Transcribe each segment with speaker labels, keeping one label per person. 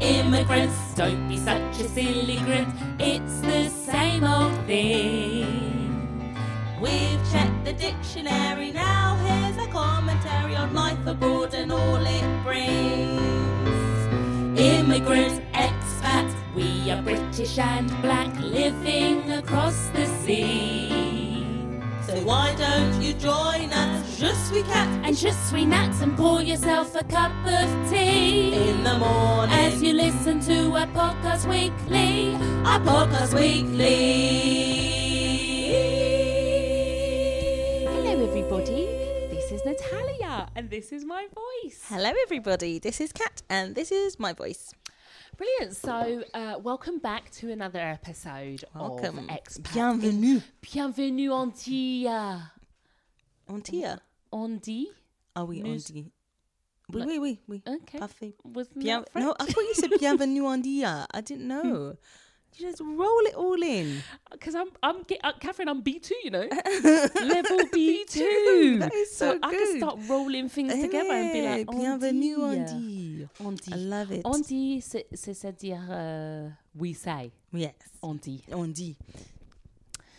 Speaker 1: immigrants. Don't be such a silly grit. It's the same old thing.
Speaker 2: We've checked the dictionary now. Here's a commentary on life abroad and all it brings.
Speaker 1: Immigrant expats, we are British and black, living across the sea.
Speaker 2: So why don't you join us? Je suis cat
Speaker 1: and je suis nat, and pour yourself a cup of tea
Speaker 2: in the morning
Speaker 1: as you listen to our podcast weekly.
Speaker 2: Our podcast weekly.
Speaker 1: Hello, everybody. This is Natalia, and this is my voice.
Speaker 2: Hello, everybody. This is Kat, and this is my voice.
Speaker 1: Brilliant. So, uh, welcome back to another episode
Speaker 2: Welcome.
Speaker 1: of Expat.
Speaker 2: Bienvenue.
Speaker 1: Bienvenue en dia.
Speaker 2: Antia.
Speaker 1: En dit?
Speaker 2: Are we
Speaker 1: Nous-
Speaker 2: on the... Oui, oui, oui, oui.
Speaker 1: Okay.
Speaker 2: Parfait.
Speaker 1: Wasn't
Speaker 2: Bien...
Speaker 1: that French? Hmm.
Speaker 2: No, I thought you said bienvenue on dia. I didn't know. You just roll it all in.
Speaker 1: Because I'm, I'm, ge- uh, Catherine, I'm B2, you know. Level B2.
Speaker 2: That is so
Speaker 1: I can
Speaker 2: Oh, good.
Speaker 1: start rolling things together and be
Speaker 2: Eh,
Speaker 1: like, en
Speaker 2: bienvenue on
Speaker 1: dit.
Speaker 2: dia.
Speaker 1: En
Speaker 2: I
Speaker 1: dit.
Speaker 2: love it.
Speaker 1: En dit, c'est- c'est- c'est-à-dire euh, we say.
Speaker 2: Yes.
Speaker 1: On dit.
Speaker 2: On dit.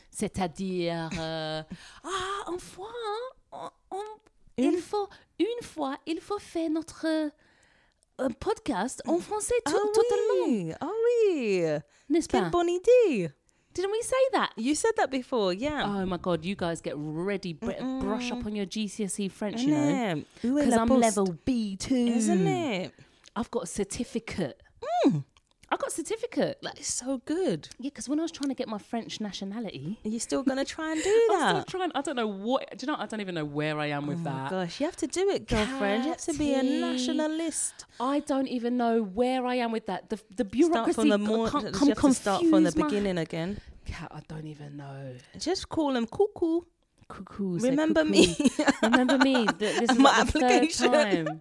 Speaker 1: C'est-à-dire, euh, ah, une fois, hein, on- on-
Speaker 2: Une-
Speaker 1: il faut, une fois, il faut faire notre euh, un podcast en français to-
Speaker 2: oh,
Speaker 1: totalement,
Speaker 2: oui. Oh, oui.
Speaker 1: n'est-ce
Speaker 2: Quelle
Speaker 1: pas?
Speaker 2: bonne idée.
Speaker 1: Didn't we say that?
Speaker 2: You said that before, yeah.
Speaker 1: Oh my God, you guys get ready, br- brush up on your GCSE E French, you know?
Speaker 2: Yeah. Où est
Speaker 1: Because
Speaker 2: Eh, la
Speaker 1: I'm
Speaker 2: poste?
Speaker 1: level B2.
Speaker 2: Isn't it?
Speaker 1: I've got a certificate.
Speaker 2: Hmm.
Speaker 1: I've got a certificate. Like,
Speaker 2: That is so good.
Speaker 1: yeah, because when I was trying to get my French nationality,
Speaker 2: Are you still going to try and do
Speaker 1: I'm still
Speaker 2: that?
Speaker 1: trying, I don't know what, do you know, I don't even know where I am with
Speaker 2: Oh my
Speaker 1: that.
Speaker 2: gosh, you have to do it, girlfriend. You have to be a
Speaker 1: Catty.
Speaker 2: nationalist.
Speaker 1: I don't even know where I am with that. The, the bureaucracy
Speaker 2: start from the
Speaker 1: c-
Speaker 2: mor-
Speaker 1: can't
Speaker 2: you
Speaker 1: come
Speaker 2: have to start from the
Speaker 1: confuse my-
Speaker 2: beginning again.
Speaker 1: Cat, I don't even know.
Speaker 2: Just call them cuckoo.
Speaker 1: Cuckoo. say
Speaker 2: Remember
Speaker 1: cuckoo.
Speaker 2: me.
Speaker 1: Remember me. Th- This is
Speaker 2: My
Speaker 1: like the third
Speaker 2: application.
Speaker 1: time.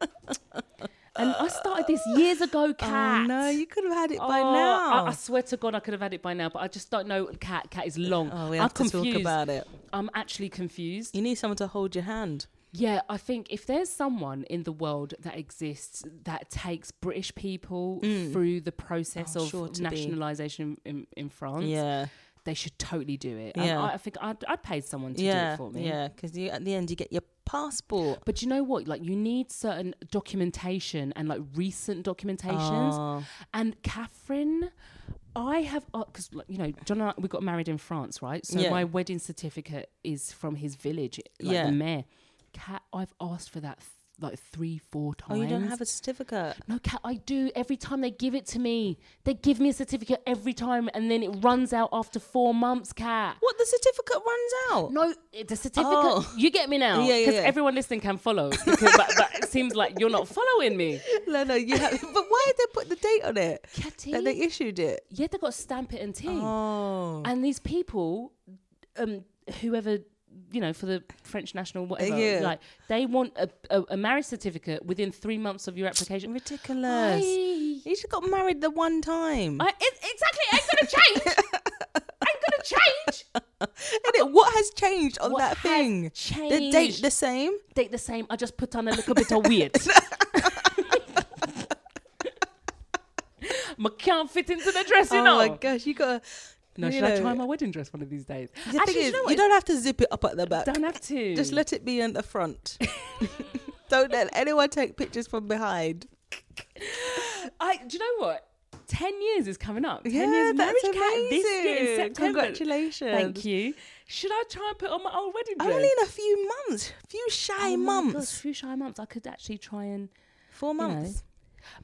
Speaker 1: And I started this years ago,
Speaker 2: oh
Speaker 1: cat.
Speaker 2: no, you could have had it by
Speaker 1: Oh,
Speaker 2: now.
Speaker 1: I, I swear to God, I could have had it by now, but I just don't know. Cat, cat is long.
Speaker 2: oh, we
Speaker 1: I'm
Speaker 2: have to
Speaker 1: confused.
Speaker 2: talk about it.
Speaker 1: I'm actually confused.
Speaker 2: You need someone to hold your hand.
Speaker 1: Yeah, I think if there's someone in the world that exists that takes British people through the process
Speaker 2: Mm. Oh,
Speaker 1: of
Speaker 2: sure to be.
Speaker 1: nationalisation in, in France,
Speaker 2: Yeah,
Speaker 1: they should totally do it. And
Speaker 2: Yeah.
Speaker 1: I, I think I'd, I'd pay someone to do
Speaker 2: yeah,
Speaker 1: it for me. Oh,
Speaker 2: yeah. Because at the end, you get your passport.
Speaker 1: But you know what? Like, you need certain documentation and like recent documentations.
Speaker 2: Oh,
Speaker 1: And Catherine, I have because like, you know John and I, we got married in France, right? So
Speaker 2: Yeah.
Speaker 1: my wedding certificate is from his village, like
Speaker 2: Yeah.
Speaker 1: the mayor. Cat, I've asked for that th- like three, four
Speaker 2: oh,
Speaker 1: times.
Speaker 2: you don't have a certificate.
Speaker 1: No, Cat, I do. Every time they give it to me, they give me a certificate every time, and then it runs out after four months, Cat.
Speaker 2: What the certificate runs out?
Speaker 1: No, it- the certificate.
Speaker 2: Oh.
Speaker 1: You get me now,
Speaker 2: Yeah, yeah, yeah.
Speaker 1: everyone listening can follow. Because, but, but it seems like you're not following me.
Speaker 2: No, no, you have. But why did they put the date on it?
Speaker 1: Catty,
Speaker 2: That they issued it.
Speaker 1: yeah, they got to stamp it and ting.
Speaker 2: Oh,
Speaker 1: and these people um whoever you know for the french national whatever
Speaker 2: Uh, yeah.
Speaker 1: like they want a, a, a marriage certificate within three months of your application
Speaker 2: ridiculous!
Speaker 1: Aye.
Speaker 2: You just got married the one time.
Speaker 1: I, it, exactly it ain't gonna change ain't gonna change
Speaker 2: And it, what has changed on
Speaker 1: What
Speaker 2: that
Speaker 1: has
Speaker 2: thing? The date
Speaker 1: changed?
Speaker 2: the same?
Speaker 1: date the same i just put on a little bit of weird my can't fit into the dress you
Speaker 2: oh
Speaker 1: know
Speaker 2: my gosh, you got.
Speaker 1: no should i try my wedding dress one of these days
Speaker 2: The
Speaker 1: actually
Speaker 2: thing
Speaker 1: you
Speaker 2: is,
Speaker 1: know
Speaker 2: you,
Speaker 1: what?
Speaker 2: don't have to zip it up at the back.
Speaker 1: don't have to
Speaker 2: Just let it be in the front. don't let anyone take pictures from behind.
Speaker 1: I do you know what? Ten years is coming up. Ten
Speaker 2: yeah,
Speaker 1: years
Speaker 2: that's
Speaker 1: marriage cat this year in
Speaker 2: amazing.
Speaker 1: September.
Speaker 2: Congratulations.
Speaker 1: Thank you. Should I try and put on my old wedding dress?
Speaker 2: Only in a few months, few shy
Speaker 1: Oh my gosh,
Speaker 2: months,
Speaker 1: few shy months. I could actually try and
Speaker 2: four
Speaker 1: you know.
Speaker 2: months.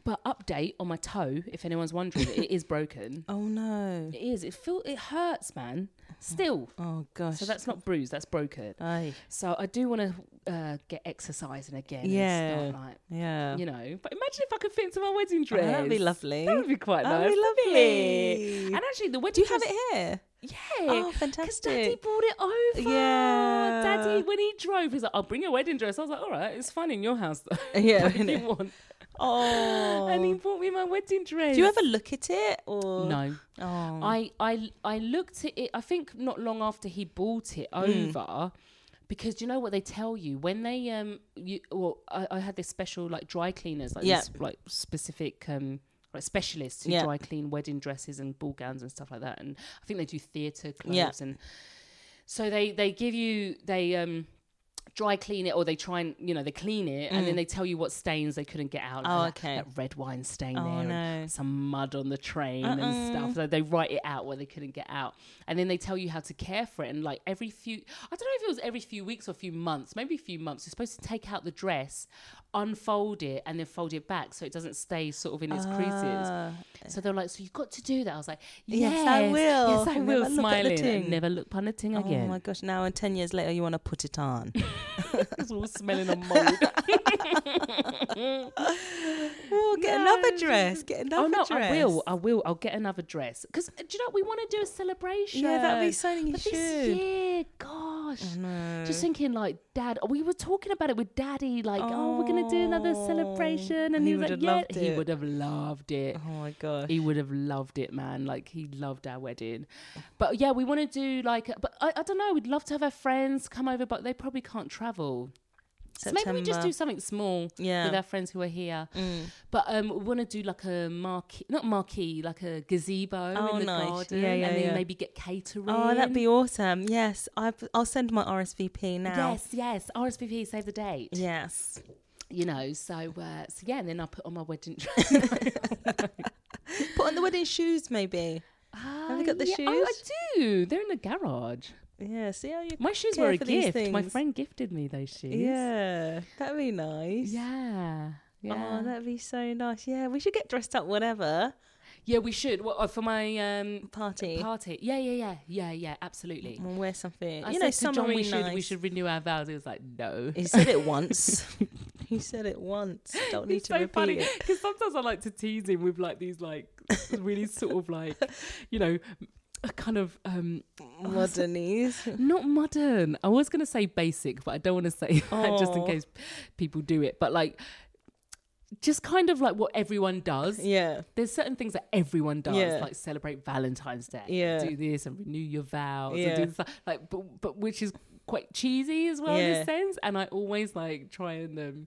Speaker 1: But update on my toe, if anyone's wondering, it is broken.
Speaker 2: Oh no!
Speaker 1: It is. It feel it hurts, man. Still.
Speaker 2: Oh gosh!
Speaker 1: So that's not bruised, that's broken.
Speaker 2: Aye.
Speaker 1: So I do want to uh, get exercising again.
Speaker 2: Yeah.
Speaker 1: And start,
Speaker 2: Yeah.
Speaker 1: like, you know. But imagine if I could fit into my wedding
Speaker 2: Oh,
Speaker 1: dress.
Speaker 2: that'd be lovely.
Speaker 1: That would be quite
Speaker 2: That'd
Speaker 1: nice.
Speaker 2: be
Speaker 1: wouldn't it?
Speaker 2: lovely.
Speaker 1: And actually, the
Speaker 2: Do
Speaker 1: wedding
Speaker 2: you have
Speaker 1: dress-
Speaker 2: it here?
Speaker 1: Yeah.
Speaker 2: Oh,
Speaker 1: 'Cause Daddy
Speaker 2: fantastic!
Speaker 1: brought it over.
Speaker 2: Yeah.
Speaker 1: Daddy, when he drove, he's like, I'll bring your wedding dress. I was like, all right, it's fine in your house, though.
Speaker 2: Yeah,
Speaker 1: if you
Speaker 2: innit?
Speaker 1: want.
Speaker 2: Oh.
Speaker 1: And he bought me my wedding dress.
Speaker 2: Do you ever look at it or
Speaker 1: No.
Speaker 2: Oh.
Speaker 1: I, I, I looked at it, I think not long after he bought it
Speaker 2: Mm.
Speaker 1: over. Because you know what they tell you when they um you well I, I had this special like dry cleaners like
Speaker 2: Yeah.
Speaker 1: this like specific um like specialists who
Speaker 2: Yeah.
Speaker 1: dry clean wedding dresses and ball gowns and stuff like that. And I think they do theatre clothes
Speaker 2: Yeah.
Speaker 1: and so they they give you they um dry clean it or they try and you know they clean it and then they tell you what stains they couldn't get out.
Speaker 2: Mm. Oh,
Speaker 1: Like that-
Speaker 2: okay.
Speaker 1: That red wine stain
Speaker 2: Oh,
Speaker 1: there
Speaker 2: no. Uh-uh.
Speaker 1: and some mud on the train and stuff. So they write it out where they couldn't get out, and then they tell you how to care for it. And like every few, I don't know if it was every few weeks or few months, maybe a few months. You're supposed to take out the dress, unfold it, and then fold it back so it doesn't stay sort of in its creases. So they're like, so you've got to do that. I was like, yes,
Speaker 2: Ah. Yes, I will.
Speaker 1: Yes, I
Speaker 2: Never
Speaker 1: will.
Speaker 2: look at the
Speaker 1: Smiling.
Speaker 2: ting.
Speaker 1: And never look upon a ting again.
Speaker 2: Oh my gosh! Now and ten years later, you want to put it on.
Speaker 1: It's all smelling of mold.
Speaker 2: oh, get another dress. Get another
Speaker 1: oh no,
Speaker 2: dress.
Speaker 1: I will. I will. I'll get another dress. Because do you know what? we want to do a celebration?
Speaker 2: Yeah, that'd be something you
Speaker 1: But this
Speaker 2: should.
Speaker 1: year, gosh,
Speaker 2: Oh, Mm.
Speaker 1: just thinking like dad. We were talking about it with daddy. Like, oh, we're gonna do another
Speaker 2: Oh,
Speaker 1: celebration, and
Speaker 2: he
Speaker 1: he, was
Speaker 2: would've
Speaker 1: like, yeah,
Speaker 2: loved
Speaker 1: he
Speaker 2: it.
Speaker 1: would have loved it.
Speaker 2: Oh my gosh!
Speaker 1: He would have loved it, man. Like he loved our wedding, but yeah, we want to do like. But I, I don't know. We'd love to have our friends come over, but they probably can't travel. So maybe we just do something small
Speaker 2: Yeah. Mm.
Speaker 1: with our friends who are here. But um, we want to do like a marquee, not marquee, like a gazebo
Speaker 2: Oh,
Speaker 1: in the
Speaker 2: nice.
Speaker 1: garden,
Speaker 2: Yeah, yeah,
Speaker 1: and then
Speaker 2: yeah.
Speaker 1: maybe get catering.
Speaker 2: Oh, that'd
Speaker 1: Mm.
Speaker 2: be awesome. Yes, I've, I'll send my RSVP now.
Speaker 1: Yes, yes. RSVP, save the date.
Speaker 2: Yes.
Speaker 1: You know, so uh, so yeah, and then I put on my wedding dress.
Speaker 2: Put on the wedding shoes, maybe.
Speaker 1: Have
Speaker 2: you got the
Speaker 1: Oh, I
Speaker 2: shoes?
Speaker 1: do. They're in the garage.
Speaker 2: Yeah. See how you.
Speaker 1: My shoes
Speaker 2: care
Speaker 1: were a
Speaker 2: for these
Speaker 1: gift. My
Speaker 2: things.
Speaker 1: friend gifted me those shoes.
Speaker 2: Yeah, that'd be nice.
Speaker 1: Yeah. Yeah.
Speaker 2: Oh, that'd be so nice. Yeah, we should get dressed up, whatever
Speaker 1: yeah, we should. Well, uh, for my um,
Speaker 2: party.
Speaker 1: party. Yeah, yeah, yeah. Yeah, yeah, absolutely.
Speaker 2: We'll wear something.
Speaker 1: I
Speaker 2: you know,
Speaker 1: said to John,
Speaker 2: something
Speaker 1: we
Speaker 2: nice.
Speaker 1: should we should renew our vows. He was like, no.
Speaker 2: He said it once. he said it once. Don't need to repeat it.
Speaker 1: because sometimes I like to tease him with like these like really sort of like you know a kind of um
Speaker 2: Modernese.
Speaker 1: not modern. I was gonna say basic, but I don't want to say that just in
Speaker 2: Aw.
Speaker 1: case people do it. But like just kind of like what everyone does.
Speaker 2: Yeah.
Speaker 1: There's certain things that everyone does,
Speaker 2: Yeah.
Speaker 1: like celebrate Valentine's Day,
Speaker 2: Yeah.
Speaker 1: do this and renew your vows,
Speaker 2: Yeah.
Speaker 1: and do this, like, but, but which is quite cheesy as well in
Speaker 2: Yeah.
Speaker 1: a sense. And I always like try and um,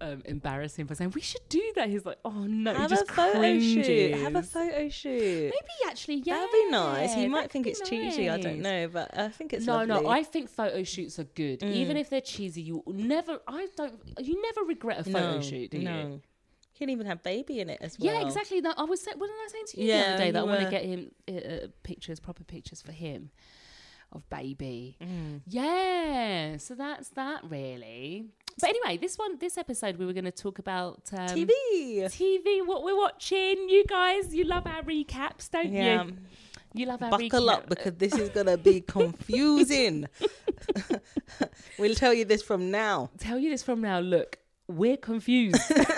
Speaker 1: um, embarrass him by saying we should do that. He's like, oh no, he
Speaker 2: Have a
Speaker 1: just
Speaker 2: photo shoot. Have a
Speaker 1: cringes.
Speaker 2: photo shoot.
Speaker 1: Maybe actually, yeah,
Speaker 2: That'd be nice. He
Speaker 1: that
Speaker 2: might
Speaker 1: could
Speaker 2: think
Speaker 1: be
Speaker 2: it's cheesy. I
Speaker 1: nice.
Speaker 2: don't know, but I think it's
Speaker 1: no,
Speaker 2: lovely. Mm.
Speaker 1: no. I think photo shoots are good, even if they're cheesy. You never, I don't, you never regret a photo
Speaker 2: No,
Speaker 1: shoot, do you?
Speaker 2: no. Can even have baby in it as well.
Speaker 1: Yeah, exactly. That I was saying. Wasn't I saying to you the
Speaker 2: Yeah,
Speaker 1: other day that I
Speaker 2: you
Speaker 1: want
Speaker 2: were.
Speaker 1: to get him uh, uh, pictures, proper pictures for him of baby.
Speaker 2: Mm.
Speaker 1: Yeah. So that's that really. But anyway, this one, this episode, we were going to talk about um,
Speaker 2: TV.
Speaker 1: TV, what we're watching. You guys, you love our recaps, don't
Speaker 2: Yeah.
Speaker 1: you? You love our
Speaker 2: um, Buckle
Speaker 1: recap.
Speaker 2: up because this is gonna be confusing. we'll tell you this from now.
Speaker 1: Tell you this from now. Look, we're confused. Which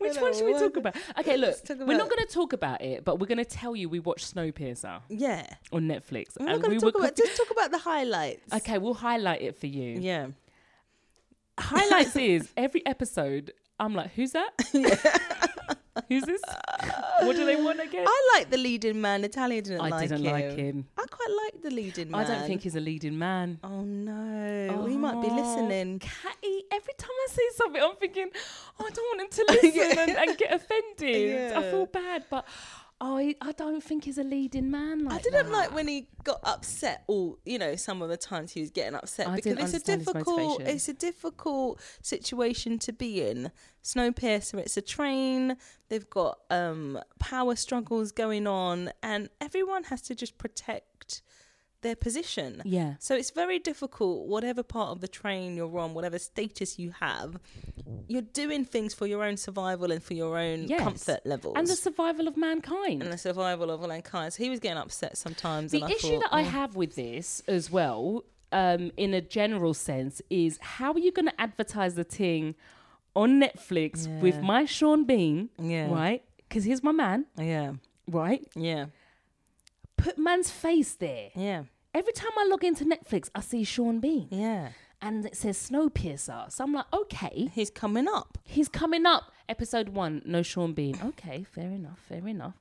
Speaker 2: Well,
Speaker 1: one should we
Speaker 2: what-
Speaker 1: talk about? Okay, look,
Speaker 2: talk
Speaker 1: we're not
Speaker 2: about-
Speaker 1: going to talk about it, but we're going to tell you we watched Snowpiercer
Speaker 2: Yeah.
Speaker 1: on Netflix,
Speaker 2: We're not gonna
Speaker 1: we
Speaker 2: talk
Speaker 1: were
Speaker 2: about just talk about the highlights.
Speaker 1: conf- okay, we'll highlight it for you.
Speaker 2: Yeah.
Speaker 1: Highlights is every episode. I'm like, who's that? who's this? What do they want again?
Speaker 2: I like the leading man. Natalia didn't
Speaker 1: I
Speaker 2: like
Speaker 1: didn't
Speaker 2: him.
Speaker 1: like him.
Speaker 2: I quite like the leading man.
Speaker 1: I don't think he's a leading man.
Speaker 2: Oh no. We might be
Speaker 1: Oh,
Speaker 2: listening.
Speaker 1: Catty, every time I see something, I'm thinking, oh, I don't want him to listen
Speaker 2: Yeah.
Speaker 1: and, and get offended.
Speaker 2: Yeah.
Speaker 1: I feel bad, but I, I don't think he's a leading man. Like
Speaker 2: I didn't
Speaker 1: that.
Speaker 2: like when he got upset, or you know, some of the times he was getting upset
Speaker 1: I
Speaker 2: because
Speaker 1: didn't
Speaker 2: it's a
Speaker 1: understand his
Speaker 2: difficult,
Speaker 1: motivation.
Speaker 2: it's a difficult situation to be in. Snowpiercer, it's a train. They've got um, power struggles going on, and everyone has to just protect their position.
Speaker 1: Yeah.
Speaker 2: So it's very difficult, whatever part of the train you're on, whatever status you have, you're doing things for your own survival and for your own
Speaker 1: Yes.
Speaker 2: comfort levels.
Speaker 1: And the survival of mankind.
Speaker 2: and the survival of mankind. So he was getting upset sometimes.
Speaker 1: the
Speaker 2: and
Speaker 1: issue
Speaker 2: I thought,
Speaker 1: that I have with this as well, um, in a general sense, is how are you going to advertise the thing on Netflix with
Speaker 2: Yeah.
Speaker 1: my Sean Bean,
Speaker 2: "Mm, Yeah.
Speaker 1: right? Because he's my man,
Speaker 2: Yeah,
Speaker 1: right?
Speaker 2: yeah,
Speaker 1: Put man's face there.
Speaker 2: yeah,
Speaker 1: Every time I log into Netflix, I see Sean Bean
Speaker 2: yeah.
Speaker 1: and it says Snowpiercer. So I'm like, okay,
Speaker 2: He's coming up.
Speaker 1: he's coming up. Episode one, no Sean Bean. Okay, fair enough, fair enough.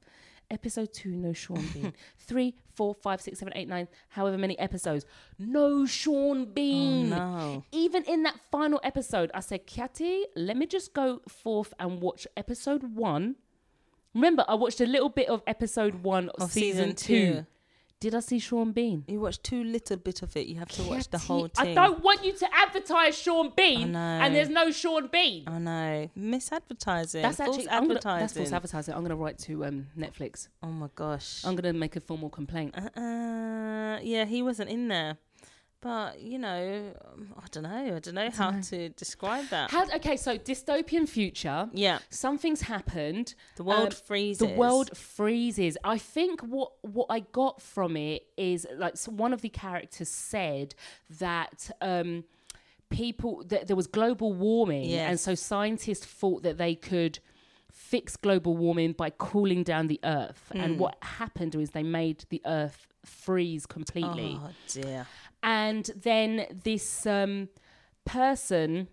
Speaker 1: Episode two, no Sean Bean. Three, four, five, six, seven, eight, nine, however many episodes. No Sean Bean.
Speaker 2: Oh, no.
Speaker 1: Even in that final episode, I said, Katty, let me just go forth and watch episode one. Remember, I watched a little bit of episode one of,
Speaker 2: Of
Speaker 1: season,
Speaker 2: season
Speaker 1: two.
Speaker 2: two.
Speaker 1: Did I see Sean Bean?
Speaker 2: You watch too little bit of it. You have to watch the
Speaker 1: Katty,
Speaker 2: whole
Speaker 1: I
Speaker 2: thing.
Speaker 1: don't want you to advertise Sean Bean
Speaker 2: know.
Speaker 1: and there's no Sean Bean.
Speaker 2: I know. Misadvertising.
Speaker 1: That's actually
Speaker 2: false
Speaker 1: I'm
Speaker 2: advertising.
Speaker 1: gonna, that's false advertising. I'm gonna write to um, Netflix.
Speaker 2: oh my gosh.
Speaker 1: I'm gonna make a formal complaint.
Speaker 2: Uh, yeah, he wasn't in there. But, you know, um, I don't know. I don't know how to describe that.
Speaker 1: How, okay, so dystopian future.
Speaker 2: yeah.
Speaker 1: Something's happened.
Speaker 2: The world
Speaker 1: Um,
Speaker 2: freezes.
Speaker 1: The world freezes. I think what what I got from it is like so one of the characters said that um, people that there was global warming,
Speaker 2: Yes.
Speaker 1: and so scientists thought that they could fix global warming by cooling down the earth.
Speaker 2: Hmm.
Speaker 1: And what happened was they made the earth freeze completely
Speaker 2: Oh, dear.
Speaker 1: and then this um, person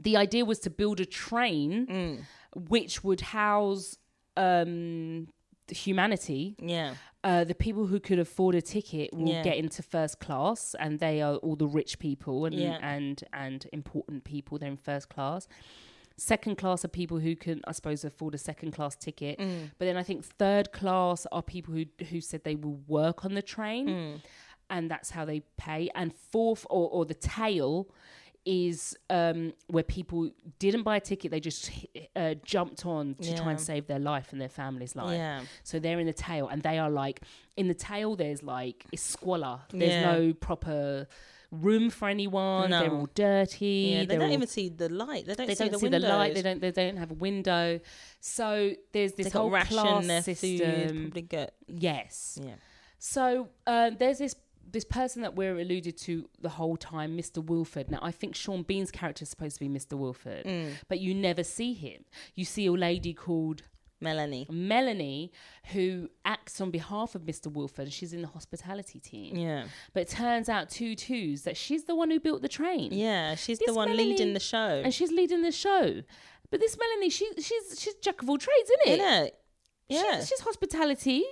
Speaker 1: the idea was to build a train which would house um, humanity
Speaker 2: Yeah.
Speaker 1: uh, the people who could afford a ticket will
Speaker 2: Yeah.
Speaker 1: get into first class and they are all the rich people and
Speaker 2: Yeah.
Speaker 1: and and important people they're in first class second class are people who can i suppose afford a second class ticket
Speaker 2: Mm.
Speaker 1: but then i think third class are people who who said they will work on the train
Speaker 2: Mm.
Speaker 1: and that's how they pay and fourth or, or the tail is um, where people didn't buy a ticket they just uh, jumped on to try
Speaker 2: Yeah.
Speaker 1: and save their life and their family's life
Speaker 2: Yeah.
Speaker 1: so they're in the tail, and they are like in the tail. There's like it's squalor. There's
Speaker 2: Yeah.
Speaker 1: no proper room for anyone. They're
Speaker 2: No.
Speaker 1: all dirty.
Speaker 2: Yeah, they
Speaker 1: they're
Speaker 2: don't
Speaker 1: all-
Speaker 2: even see the light. They don't,
Speaker 1: they
Speaker 2: see,
Speaker 1: don't
Speaker 2: the
Speaker 1: see the light. They
Speaker 2: windows.
Speaker 1: don't. They don't have a window. So there's this
Speaker 2: They
Speaker 1: whole
Speaker 2: got ration their
Speaker 1: class
Speaker 2: food.
Speaker 1: system.
Speaker 2: Probably get
Speaker 1: Yes.
Speaker 2: yeah.
Speaker 1: So uh, there's this this person that we're alluded to the whole time, Mr. Wilford. Now I think Sean Bean's character is supposed to be Mr. Wilford,
Speaker 2: Mm.
Speaker 1: but you never see him. You see a lady called
Speaker 2: Melanie.
Speaker 1: Melanie, who acts on behalf of Mr. Wilford, she's in the hospitality team.
Speaker 2: Yeah.
Speaker 1: But it turns out two twos that she's the one who built the train.
Speaker 2: Yeah, she's the
Speaker 1: This
Speaker 2: one
Speaker 1: Melanie-
Speaker 2: leading the show.
Speaker 1: And she's leading the show. But this Melanie, she, she's she's jack of all trades, isn't it?
Speaker 2: Innit? Yeah.
Speaker 1: She's, she's hospitality,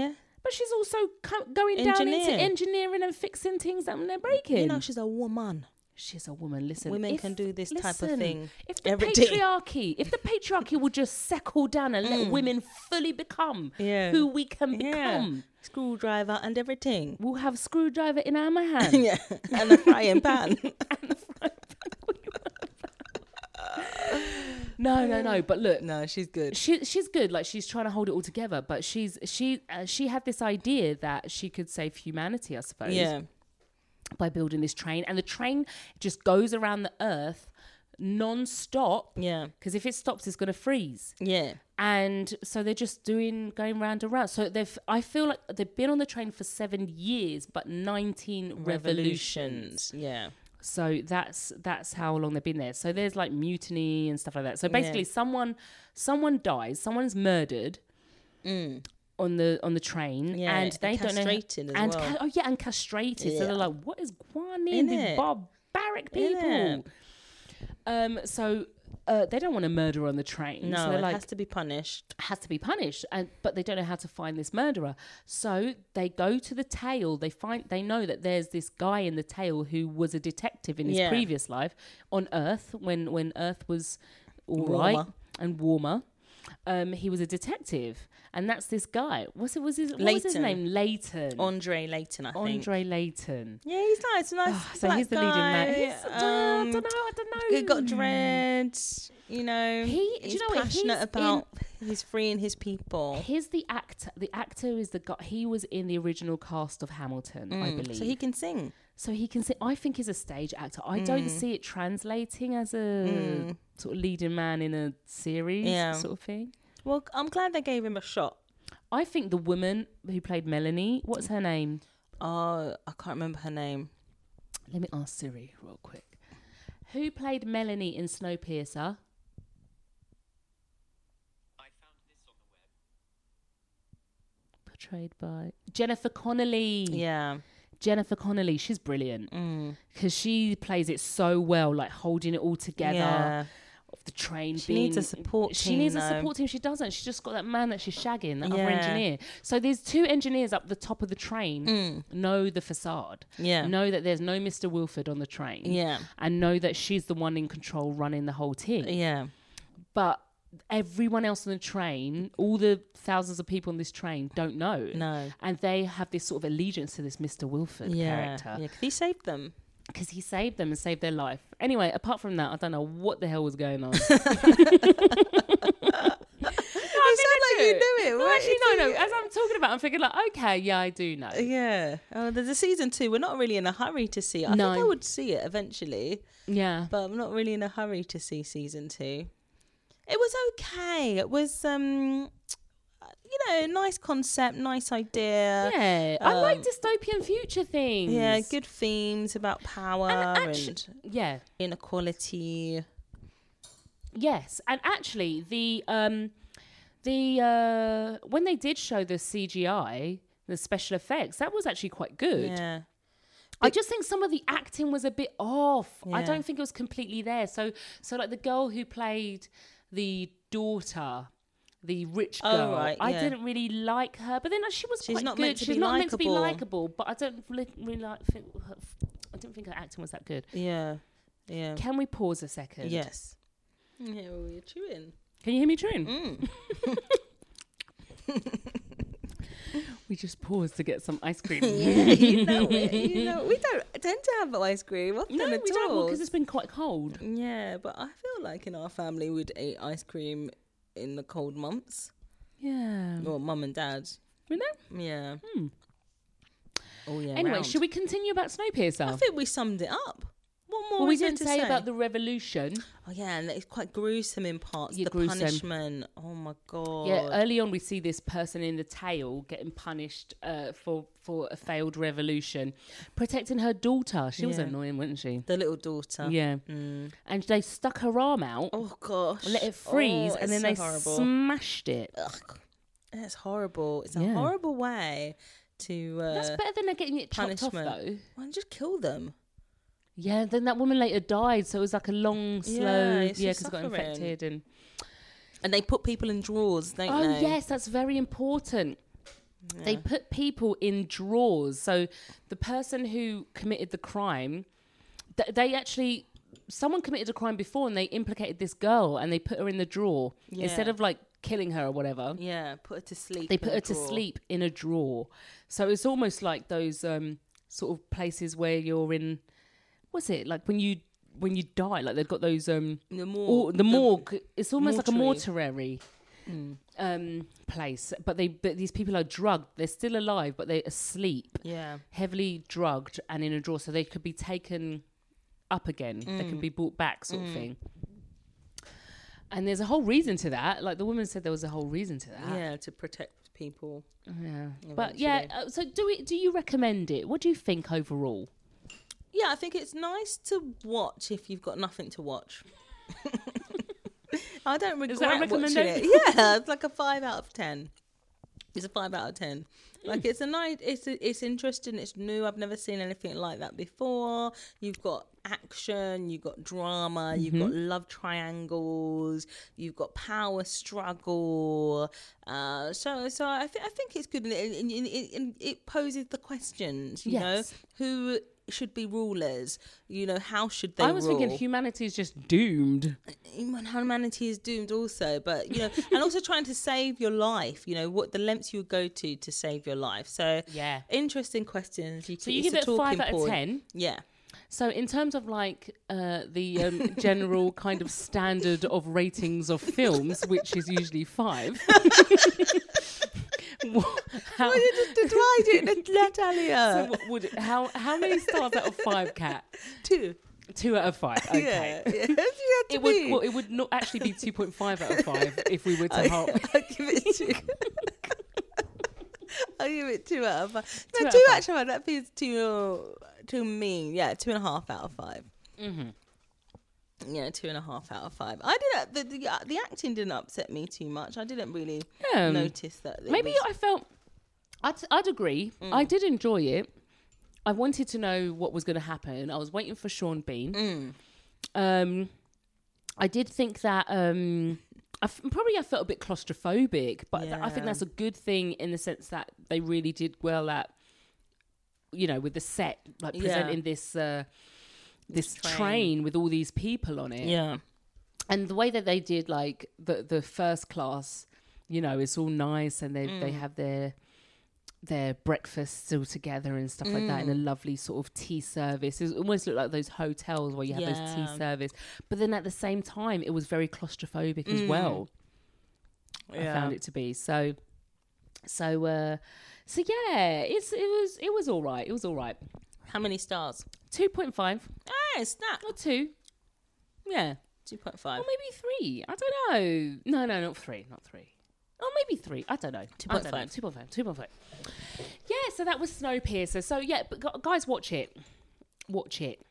Speaker 2: yeah.
Speaker 1: but she's also co- going down into
Speaker 2: Engineer.
Speaker 1: engineering and fixing things that they're breaking.
Speaker 2: You know, she's a woman.
Speaker 1: she's a woman. Listen,
Speaker 2: Women
Speaker 1: if-
Speaker 2: can do this type of
Speaker 1: listen,
Speaker 2: thing
Speaker 1: If the
Speaker 2: every day.
Speaker 1: patriarchy, if the patriarchy would just settle down and let women fully become
Speaker 2: Mm. Yeah.
Speaker 1: who we can
Speaker 2: Yeah.
Speaker 1: become,
Speaker 2: Screwdriver and everything.
Speaker 1: we'll have screwdriver in our hand.
Speaker 2: Yeah. and a frying pan.
Speaker 1: No, no, no. But look,
Speaker 2: no, she's good.
Speaker 1: she she's good. Like she's trying to hold it all together. But she's she uh, she had this idea that she could save humanity, I suppose,
Speaker 2: Yeah.
Speaker 1: by building this train. And the train just goes around the Earth non-stop
Speaker 2: Yeah.
Speaker 1: because if it stops, it's going to freeze.
Speaker 2: Yeah.
Speaker 1: And so they're just doing going round and round. So they've I feel like they've been on the train for seven years, but nineteen revolutions.
Speaker 2: Yeah.
Speaker 1: So that's that's how long they've been there. So there's like mutiny and stuff like that. So basically, someone someone dies, someone's murdered on the on the train,
Speaker 2: Mm. Yeah,
Speaker 1: and
Speaker 2: and
Speaker 1: they don't know.
Speaker 2: castrated as
Speaker 1: and
Speaker 2: well.
Speaker 1: oh yeah, and castrated. So they're
Speaker 2: Yeah.
Speaker 1: like, what is going in these
Speaker 2: Innit?
Speaker 1: barbaric people?
Speaker 2: Innit?
Speaker 1: Um, so uh, they don't want to murder on the train.
Speaker 2: No,
Speaker 1: so they're
Speaker 2: it
Speaker 1: like,
Speaker 2: has to be punished.
Speaker 1: has to be punished and but they don't know how to find this murderer so they go to the tail they find they know that there's this guy in the tail who was a detective in his
Speaker 2: Yeah.
Speaker 1: previous life on earth when when earth was all right
Speaker 2: Warmer.
Speaker 1: and warmer um he was a detective and that's this guy what's it was his what was his
Speaker 2: Leighton.
Speaker 1: name Leighton
Speaker 2: Andre Layton, I think.
Speaker 1: Mm. Andre Leighton
Speaker 2: Yeah, he's nice. Nice.
Speaker 1: so he's the
Speaker 2: black
Speaker 1: leading man
Speaker 2: guy.
Speaker 1: He's- I
Speaker 2: Um,
Speaker 1: don't know I don't know
Speaker 2: he got dreads. You know,
Speaker 1: Mm. He- do you
Speaker 2: he's
Speaker 1: know what?
Speaker 2: passionate
Speaker 1: He's
Speaker 2: about he's freeing his people.
Speaker 1: Here's the actor. The actor is the guy. He was in the original cast of Hamilton, I believe.
Speaker 2: Mm. So he can sing.
Speaker 1: So he can say, I think he's a stage actor. I
Speaker 2: Mm.
Speaker 1: don't see it translating as a sort of leading man in a series
Speaker 2: Yeah.
Speaker 1: sort of thing.
Speaker 2: Well, I'm glad they gave him a shot.
Speaker 1: I think the woman who played Melanie, what's her name?
Speaker 2: Oh, I can't remember her name.
Speaker 1: Let me ask Siri real quick. Who played Melanie in Snowpiercer? Portrayed by Jennifer Connolly.
Speaker 2: Yeah. Mm.
Speaker 1: Jennifer Connolly, she's brilliant because she plays it so well, like holding it all together.
Speaker 2: Yeah.
Speaker 1: the train.
Speaker 2: She
Speaker 1: being,
Speaker 2: needs a support
Speaker 1: She
Speaker 2: team,
Speaker 1: needs a
Speaker 2: though.
Speaker 1: support team. She doesn't. She's just got that man that she's shagging, that other
Speaker 2: Yeah.
Speaker 1: engineer. So there's two engineers up the top of the train. Know the facade.
Speaker 2: Mm. Yeah.
Speaker 1: Know that there's no Mr. Wilford on the train.
Speaker 2: Yeah.
Speaker 1: And know that she's the one in control, running the whole thing
Speaker 2: Yeah.
Speaker 1: but everyone else on the train, all the thousands of people on this train don't know.
Speaker 2: No.
Speaker 1: And they have this sort of allegiance to this Mr. Wilford
Speaker 2: Yeah.
Speaker 1: character
Speaker 2: Yeah, 'cause he saved them.
Speaker 1: because he saved them and saved their life. Anyway, apart from that, I don't know what the hell was going on.
Speaker 2: You sound like
Speaker 1: do.
Speaker 2: you knew it.
Speaker 1: No,
Speaker 2: right?
Speaker 1: actually, no, no. As I'm talking about, it, I'm thinking like, okay, yeah, I do know.
Speaker 2: Yeah. Oh, there's a season two. We're not really in a hurry to see it. I
Speaker 1: No.
Speaker 2: think I would see it eventually,
Speaker 1: Yeah,
Speaker 2: but I'm not really in a hurry to see season two. It was okay. It was, um, you know, nice concept, nice idea.
Speaker 1: yeah. I like
Speaker 2: um,
Speaker 1: dystopian future things.
Speaker 2: Yeah, good themes about power and,
Speaker 1: actu- Yeah,
Speaker 2: inequality.
Speaker 1: Yes, and actually, the um, the uh, when they did show the CGI, the special effects, that was actually quite good.
Speaker 2: Yeah.
Speaker 1: I just think some of the acting was a bit off. I
Speaker 2: Yeah.
Speaker 1: don't think it was completely there. So, so like the girl who played the daughter. The rich
Speaker 2: Oh,
Speaker 1: girl.
Speaker 2: right,
Speaker 1: I
Speaker 2: yeah.
Speaker 1: didn't really like her, but then she was
Speaker 2: She's
Speaker 1: quite
Speaker 2: not
Speaker 1: good.
Speaker 2: meant to
Speaker 1: She's
Speaker 2: be
Speaker 1: not meant to be
Speaker 2: likeable.
Speaker 1: likable, but I don't really, really like. Think, I didn't think her acting was that good.
Speaker 2: Yeah. Yeah.
Speaker 1: Can we pause a second?
Speaker 2: Yes. Yeah, well, you're chewing.
Speaker 1: Can you hear me, Trin?
Speaker 2: Mm.
Speaker 1: We just paused to get some ice cream.
Speaker 2: Yeah, you know it. You know, we don't tend to have ice cream often
Speaker 1: No,
Speaker 2: at
Speaker 1: we
Speaker 2: all.
Speaker 1: don't because it's been quite cold.
Speaker 2: Yeah, but I feel like in our family we'd eat ice cream in the cold months.
Speaker 1: Yeah.
Speaker 2: Or mum and dad.
Speaker 1: We know.
Speaker 2: Yeah.
Speaker 1: Hmm.
Speaker 2: Oh yeah.
Speaker 1: Anyway, should we continue about
Speaker 2: I
Speaker 1: Snowpiercer?
Speaker 2: think we summed it up. What more
Speaker 1: Well, we
Speaker 2: is there
Speaker 1: didn't
Speaker 2: to
Speaker 1: say about the revolution.
Speaker 2: Oh yeah, and it's quite gruesome in parts.
Speaker 1: Yeah,
Speaker 2: the
Speaker 1: gruesome.
Speaker 2: punishment. Oh my god.
Speaker 1: Yeah, uh, early on we see this person in the tail getting punished uh, for for a failed revolution, protecting her daughter. She was
Speaker 2: Yeah.
Speaker 1: annoying, wasn't she?
Speaker 2: the little daughter.
Speaker 1: Yeah,
Speaker 2: Mm.
Speaker 1: and they stuck her arm out,
Speaker 2: Oh gosh.
Speaker 1: let it freeze,
Speaker 2: Oh,
Speaker 1: and then
Speaker 2: it's
Speaker 1: they
Speaker 2: so horrible. Uh,
Speaker 1: smashed it.
Speaker 2: Ugh. It's horrible. It's a
Speaker 1: Yeah.
Speaker 2: horrible way to. Uh,
Speaker 1: That's better than her getting it chopped off,
Speaker 2: punishment.
Speaker 1: though.
Speaker 2: Why don't you just kill them?
Speaker 1: Yeah, then that woman later died, so it was like a long,
Speaker 2: Yeah,
Speaker 1: slow, yeah,
Speaker 2: it's
Speaker 1: because
Speaker 2: just
Speaker 1: it got
Speaker 2: suffering.
Speaker 1: infected and.
Speaker 2: And they put people in drawers, don't
Speaker 1: Oh
Speaker 2: they?
Speaker 1: yes, that's very important. They put people in drawers. So the person who committed the crime, th- they actually someone committed a crime before and they implicated this girl and they put her in the drawer
Speaker 2: Yeah.
Speaker 1: instead of like killing her or whatever.
Speaker 2: Yeah, put her to sleep.
Speaker 1: They
Speaker 2: in
Speaker 1: put
Speaker 2: a
Speaker 1: her to
Speaker 2: drawer.
Speaker 1: sleep in a drawer. So it's almost like those um, sort of places where you're in. What's it like when you when you die? Like they've got those um,
Speaker 2: In The morgue.
Speaker 1: or the morgue. it's almost like a mortuary
Speaker 2: Mm.
Speaker 1: um, place, but they but these people are drugged. They're still alive, but they're asleep,
Speaker 2: Yeah.
Speaker 1: heavily drugged, and in a drawer, so they could be taken up again. They
Speaker 2: Hmm.
Speaker 1: can be brought back, sort of thing. And there's a whole reason to that. Like the woman said, there was a whole reason to that.
Speaker 2: Yeah, to protect people.
Speaker 1: Yeah. But yeah,
Speaker 2: Eventually.
Speaker 1: uh, so do we, do you recommend it? What do you think overall?
Speaker 2: Yeah, I think it's nice to watch if you've got nothing to watch. I don't regret
Speaker 1: Is that a
Speaker 2: watching it.
Speaker 1: recommendation?
Speaker 2: Yeah, it's like a five out of ten. It's a five out of ten. Like it's a nice. It's it's interesting. It's new. I've never seen anything like that before. You've got action. You've got drama. You've got
Speaker 1: Mm-hmm.
Speaker 2: love triangles. You've got power struggle. Uh, so so I think I think it's good, and it, and it, and it poses the questions. You
Speaker 1: Yes.
Speaker 2: know who should be rulers. You know how should they?
Speaker 1: I was thinking
Speaker 2: rule?
Speaker 1: humanity is just doomed.
Speaker 2: human humanity is doomed also but you know and also trying to save your life you know what the lengths you would go to to save your life so
Speaker 1: Yeah.
Speaker 2: interesting questions you
Speaker 1: So
Speaker 2: can-
Speaker 1: you
Speaker 2: it's
Speaker 1: give
Speaker 2: a
Speaker 1: it a five
Speaker 2: talking
Speaker 1: out of
Speaker 2: point.
Speaker 1: ten.
Speaker 2: yeah
Speaker 1: So, in terms of like uh, the um, general kind of standard of ratings of films, which is usually five, wha- how,
Speaker 2: just divide it
Speaker 1: so
Speaker 2: Natalia
Speaker 1: what would it- how how many stars out of five? Cat
Speaker 2: two
Speaker 1: two out of five. Okay.
Speaker 2: yeah, yeah. You had to
Speaker 1: It would
Speaker 2: be.
Speaker 1: well, it would not actually be two point five out of five if we were to
Speaker 2: I,
Speaker 1: half.
Speaker 2: I give it two I give it two out of five.
Speaker 1: Two
Speaker 2: No,
Speaker 1: out
Speaker 2: two
Speaker 1: of five.
Speaker 2: out of five. That feels too too mean. Yeah, two and a half out of five.
Speaker 1: Mm-hmm.
Speaker 2: Yeah, two and a half out of five. I didn't. The, the, uh, the acting didn't upset me too much. I didn't really
Speaker 1: Yeah.
Speaker 2: notice that. it
Speaker 1: Um,
Speaker 2: Mm.
Speaker 1: Maybe
Speaker 2: was-
Speaker 1: I felt I'd, I'd agree. I did enjoy it. I
Speaker 2: Mm.
Speaker 1: wanted to know what was going to happen. I was waiting for Sean Bean. Um, I did think that um, I f- probably I felt a bit claustrophobic, but th- I think
Speaker 2: Yeah.
Speaker 1: that's a good thing in the sense that they really did well at, you know, with the set, like
Speaker 2: Yeah.
Speaker 1: presenting this uh, this
Speaker 2: train.
Speaker 1: train. with all these people on it,
Speaker 2: Yeah.
Speaker 1: and the way that they did like the the first class, you know, it's all nice, and they they have their their breakfast still together and stuff like that in a lovely sort of tea service. It almost looked like those hotels where you have those
Speaker 2: Yeah.
Speaker 1: tea service. But then at the same time, it was very claustrophobic as well. I found it to be so. So, uh, so yeah, it's it was it was all right. It was all right.
Speaker 2: How many stars?
Speaker 1: Two point five
Speaker 2: Ah, it's not
Speaker 1: or two, yeah,
Speaker 2: two point
Speaker 1: or
Speaker 2: five.
Speaker 1: maybe three. I don't know. No, no, not three, not three. Or maybe three. I don't know. I don't know. 2.5.
Speaker 2: 2.5.
Speaker 1: 2.5. Yeah, so that was Snowpiercer. So yeah, but gu- guys, watch it. Watch it.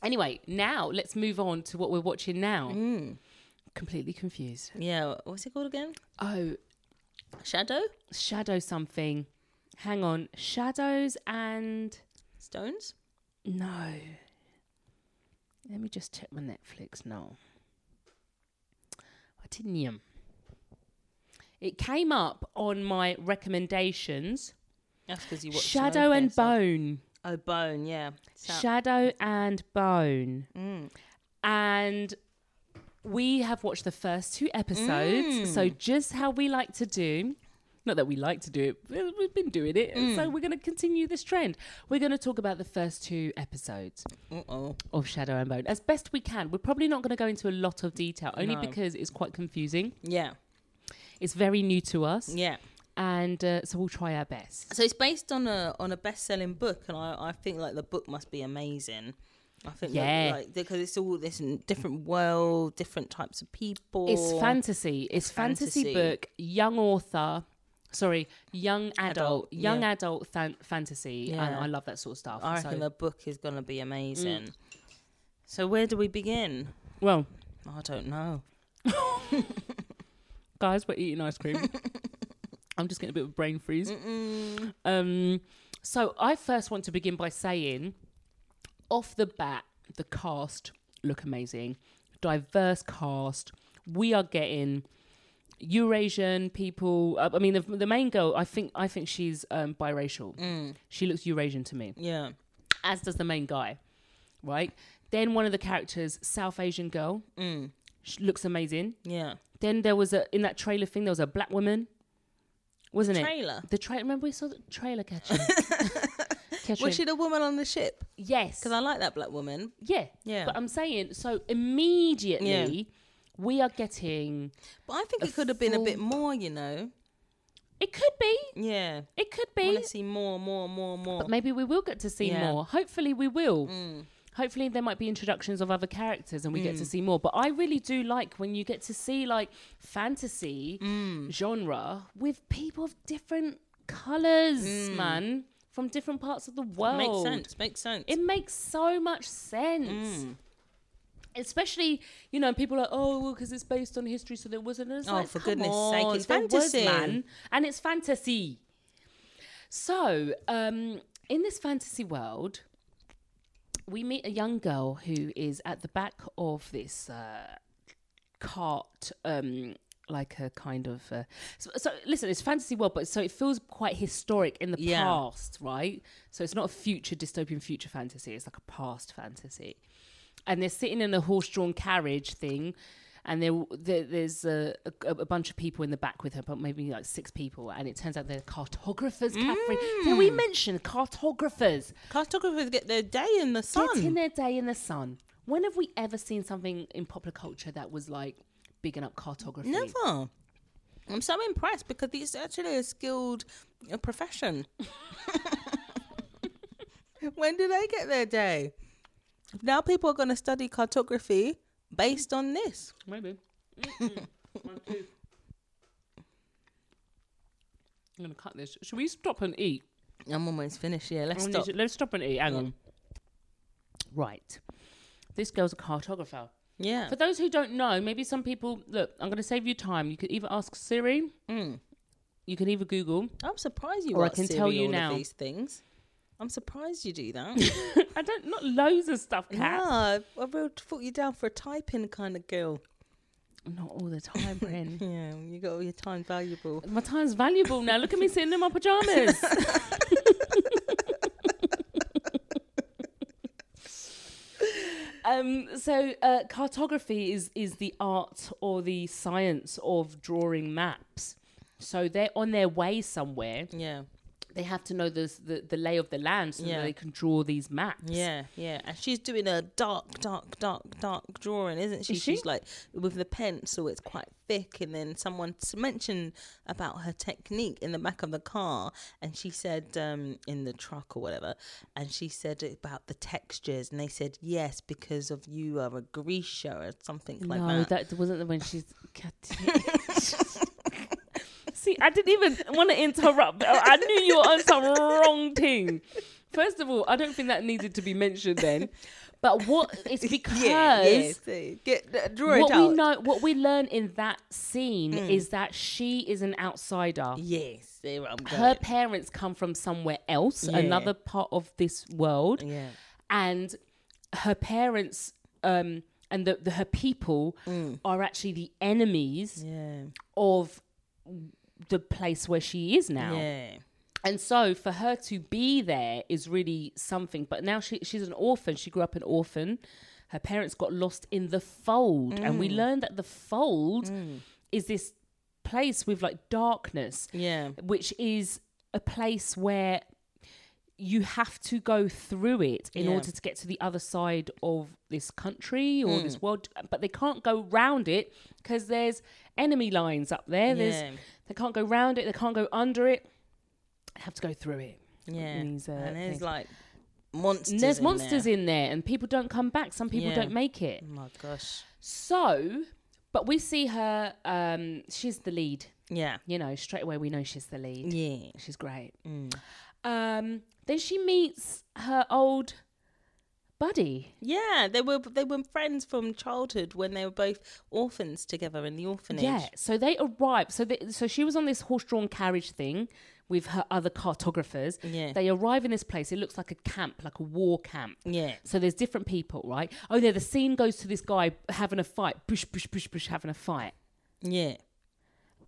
Speaker 1: Anyway, now let's move on to what we're watching now. Completely confused.
Speaker 2: Yeah. What's it called again?
Speaker 1: Oh,
Speaker 2: Shadow
Speaker 1: shadow something. Hang on. Shadows and
Speaker 2: stones.
Speaker 1: no. Let me just check my Netflix now. I didn't. yum. It came up on my recommendations.
Speaker 2: That's because you watched
Speaker 1: Shadow and
Speaker 2: Snowpiercer.
Speaker 1: Bone.
Speaker 2: Oh, bone. Yeah. Mm. So-
Speaker 1: Shadow and Bone. And we have watched the first two episodes. So, just how we like to do, not that we like to do it, but we've been doing it. and So, we're going to continue this trend. We're going to talk about the first two episodes
Speaker 2: Uh-oh.
Speaker 1: of Shadow and Bone as best we can. We're probably not going to go into a lot of detail, only
Speaker 2: No.
Speaker 1: because it's quite confusing.
Speaker 2: Yeah.
Speaker 1: It's very new to us.
Speaker 2: Yeah.
Speaker 1: And uh, so, we'll try our best.
Speaker 2: So it's based on a on a best selling book, and I, I think like the book must be amazing. I think yeah,
Speaker 1: Yeah.
Speaker 2: like because it's all this in different world, different types of people.
Speaker 1: It's fantasy. It's, fantasy,
Speaker 2: fantasy.
Speaker 1: book, young author. Sorry, young adult,
Speaker 2: Adult,
Speaker 1: young
Speaker 2: yeah.
Speaker 1: adult fan- fantasy. And
Speaker 2: Yeah.
Speaker 1: I love that sort of stuff.
Speaker 2: I
Speaker 1: So-
Speaker 2: reckon the book is gonna be amazing. So where do we begin?
Speaker 1: well,
Speaker 2: I don't know.
Speaker 1: guys, we're eating ice cream. I'm just getting a bit of a brain freeze. Um, so I first want to begin by saying, off the bat, the cast look amazing. Diverse cast. We are getting Eurasian people. Uh, I mean, the, the main girl. I think I think she's um, biracial. She looks Eurasian to me
Speaker 2: Yeah,
Speaker 1: as does the main guy, right? Then one of the characters, South Asian girl, she looks amazing.
Speaker 2: yeah.
Speaker 1: Then there was a in that trailer thing, there was a black woman, wasn't it?
Speaker 2: Trailer.
Speaker 1: The trailer. Remember we saw the trailer catching.
Speaker 2: Was she the woman on the ship?
Speaker 1: Yes.
Speaker 2: Because I like that black woman.
Speaker 1: yeah.
Speaker 2: Yeah.
Speaker 1: But I'm saying so immediately we are getting.
Speaker 2: But I think it could have been a bit more, you know.
Speaker 1: It could be.
Speaker 2: Yeah,
Speaker 1: It could
Speaker 2: I
Speaker 1: be.
Speaker 2: want to see more, more, more, more.
Speaker 1: But maybe we will get to see
Speaker 2: Yeah. Mm.
Speaker 1: more. Hopefully, we will. Hopefully, there might be introductions of other characters and we get to see more. But I really do like when you get to see like fantasy
Speaker 2: Mm.
Speaker 1: genre with people of different colors, man, from different parts of the world.
Speaker 2: Mm. makes sense. Makes sense.
Speaker 1: It makes so much sense.
Speaker 2: Mm.
Speaker 1: Especially, you know, people are like, oh, well, because it's based on history, so there wasn't. And it's
Speaker 2: Oh,
Speaker 1: like,
Speaker 2: for
Speaker 1: come
Speaker 2: goodness sake,
Speaker 1: on,
Speaker 2: it's
Speaker 1: there was,
Speaker 2: fantasy.
Speaker 1: man. and it's fantasy. So, um, in this fantasy world, we meet a young girl who is at the back of this uh, cart, um, like a kind of. Uh, so, so, listen, it's fantasy world, but so it feels quite historic in the
Speaker 2: Yeah.
Speaker 1: past, right? So it's not a future dystopian future fantasy; it's like a past fantasy. And they're sitting in a horse-drawn carriage thing, and there, there there's a, a, a bunch of people in the back with her, but maybe like six people. And it turns out they're cartographers, Catherine. Did we mention cartographers?
Speaker 2: Cartographers get their day in the sun.
Speaker 1: Getting their day in the sun. When have we ever seen something in popular culture that was like bigging up cartography?
Speaker 2: Never. I'm so impressed because it's actually a skilled uh, profession. when do they get their day? Now people are going to study cartography based on this.
Speaker 1: Maybe. Mm-mm. One, two. I'm gonna cut this. Should we stop and eat?
Speaker 2: I'm almost finished. Yeah, let's
Speaker 1: Oh,
Speaker 2: stop.
Speaker 1: Let's, let's stop and eat. Hang on. Right. This girl's a cartographer.
Speaker 2: Yeah.
Speaker 1: For those who don't know, maybe some people look. I'm going to save you time. You could either ask Siri. You can either Google.
Speaker 2: Mm. I'm surprised you
Speaker 1: Or I
Speaker 2: asked
Speaker 1: can
Speaker 2: Siri
Speaker 1: tell you
Speaker 2: all of
Speaker 1: now.
Speaker 2: these things. I'm surprised you do that.
Speaker 1: I don't not loads of stuff, Kat.
Speaker 2: Yeah, I really thought you down for a typing kind of girl.
Speaker 1: Not all the time, Bryn.
Speaker 2: Yeah, you got all your time valuable.
Speaker 1: My time's valuable now. Look at me sitting in my pajamas. um, so uh, cartography is is the art or the science of drawing maps. So they're on their way somewhere.
Speaker 2: Yeah,
Speaker 1: They have to know the the, the lay of the land so
Speaker 2: Yeah.
Speaker 1: that they can draw these maps.
Speaker 2: yeah, yeah. And she's doing a dark, dark, dark, dark drawing, isn't she?
Speaker 1: Is she?
Speaker 2: She's like with the pencil, it's quite thick. And then someone s- mentioned about her technique in the back of the car, and she said um, in the truck or whatever, and she said about the textures, and they said yes because of you are a greaser or something like
Speaker 1: no,
Speaker 2: that.
Speaker 1: that. wasn't the when she's. See, I didn't even want to interrupt. but I knew you were on some wrong thing. First of all, I don't think that needed to be mentioned then. But what it's because
Speaker 2: yeah, yeah, so get, draw it
Speaker 1: what
Speaker 2: out.
Speaker 1: we know, what we learn in that scene
Speaker 2: Mm.
Speaker 1: is that she is an outsider.
Speaker 2: Yes, there I'm going.
Speaker 1: Her parents come from somewhere else,
Speaker 2: Yeah.
Speaker 1: another part of this world
Speaker 2: yeah.
Speaker 1: and her parents um, and the, the her people are actually the enemies
Speaker 2: Yeah.
Speaker 1: of the place where she is now.
Speaker 2: Yeah.
Speaker 1: And so for her to be there is really something. But now she, she's an orphan. She grew up an orphan. Her parents got lost in the fold. And we learned that the fold is this place with like darkness
Speaker 2: Yeah.
Speaker 1: which is a place where you have to go through it in
Speaker 2: Yeah.
Speaker 1: order to get to the other side of this country or
Speaker 2: Mm.
Speaker 1: this world but they can't go round it because there's enemy lines up there
Speaker 2: Yeah.
Speaker 1: there's they can't go round it they can't go under it they have to go through it
Speaker 2: Yeah.
Speaker 1: And these, uh,
Speaker 2: and
Speaker 1: things.
Speaker 2: there's like monsters.
Speaker 1: and there's
Speaker 2: in
Speaker 1: monsters
Speaker 2: there.
Speaker 1: in there and people don't come back some people
Speaker 2: Yeah.
Speaker 1: don't make it
Speaker 2: Oh my gosh.
Speaker 1: so but we see her um she's the lead
Speaker 2: Yeah.
Speaker 1: you know straight away we know she's the lead
Speaker 2: Yeah.
Speaker 1: She's great.
Speaker 2: Mm.
Speaker 1: Um, then she meets her old buddy.
Speaker 2: Yeah. They were they were friends from childhood when they were both orphans together in the orphanage.
Speaker 1: Yeah. So they arrive. So they, so she was on this horse-drawn carriage thing with her other cartographers.
Speaker 2: Mm, Yeah.
Speaker 1: They arrive in this place. It looks like a camp, like a war camp.
Speaker 2: Yeah.
Speaker 1: So there's different people, right? Oh yeah, the scene goes to this guy having a fight, push, push, push, push, having a fight,
Speaker 2: Yeah.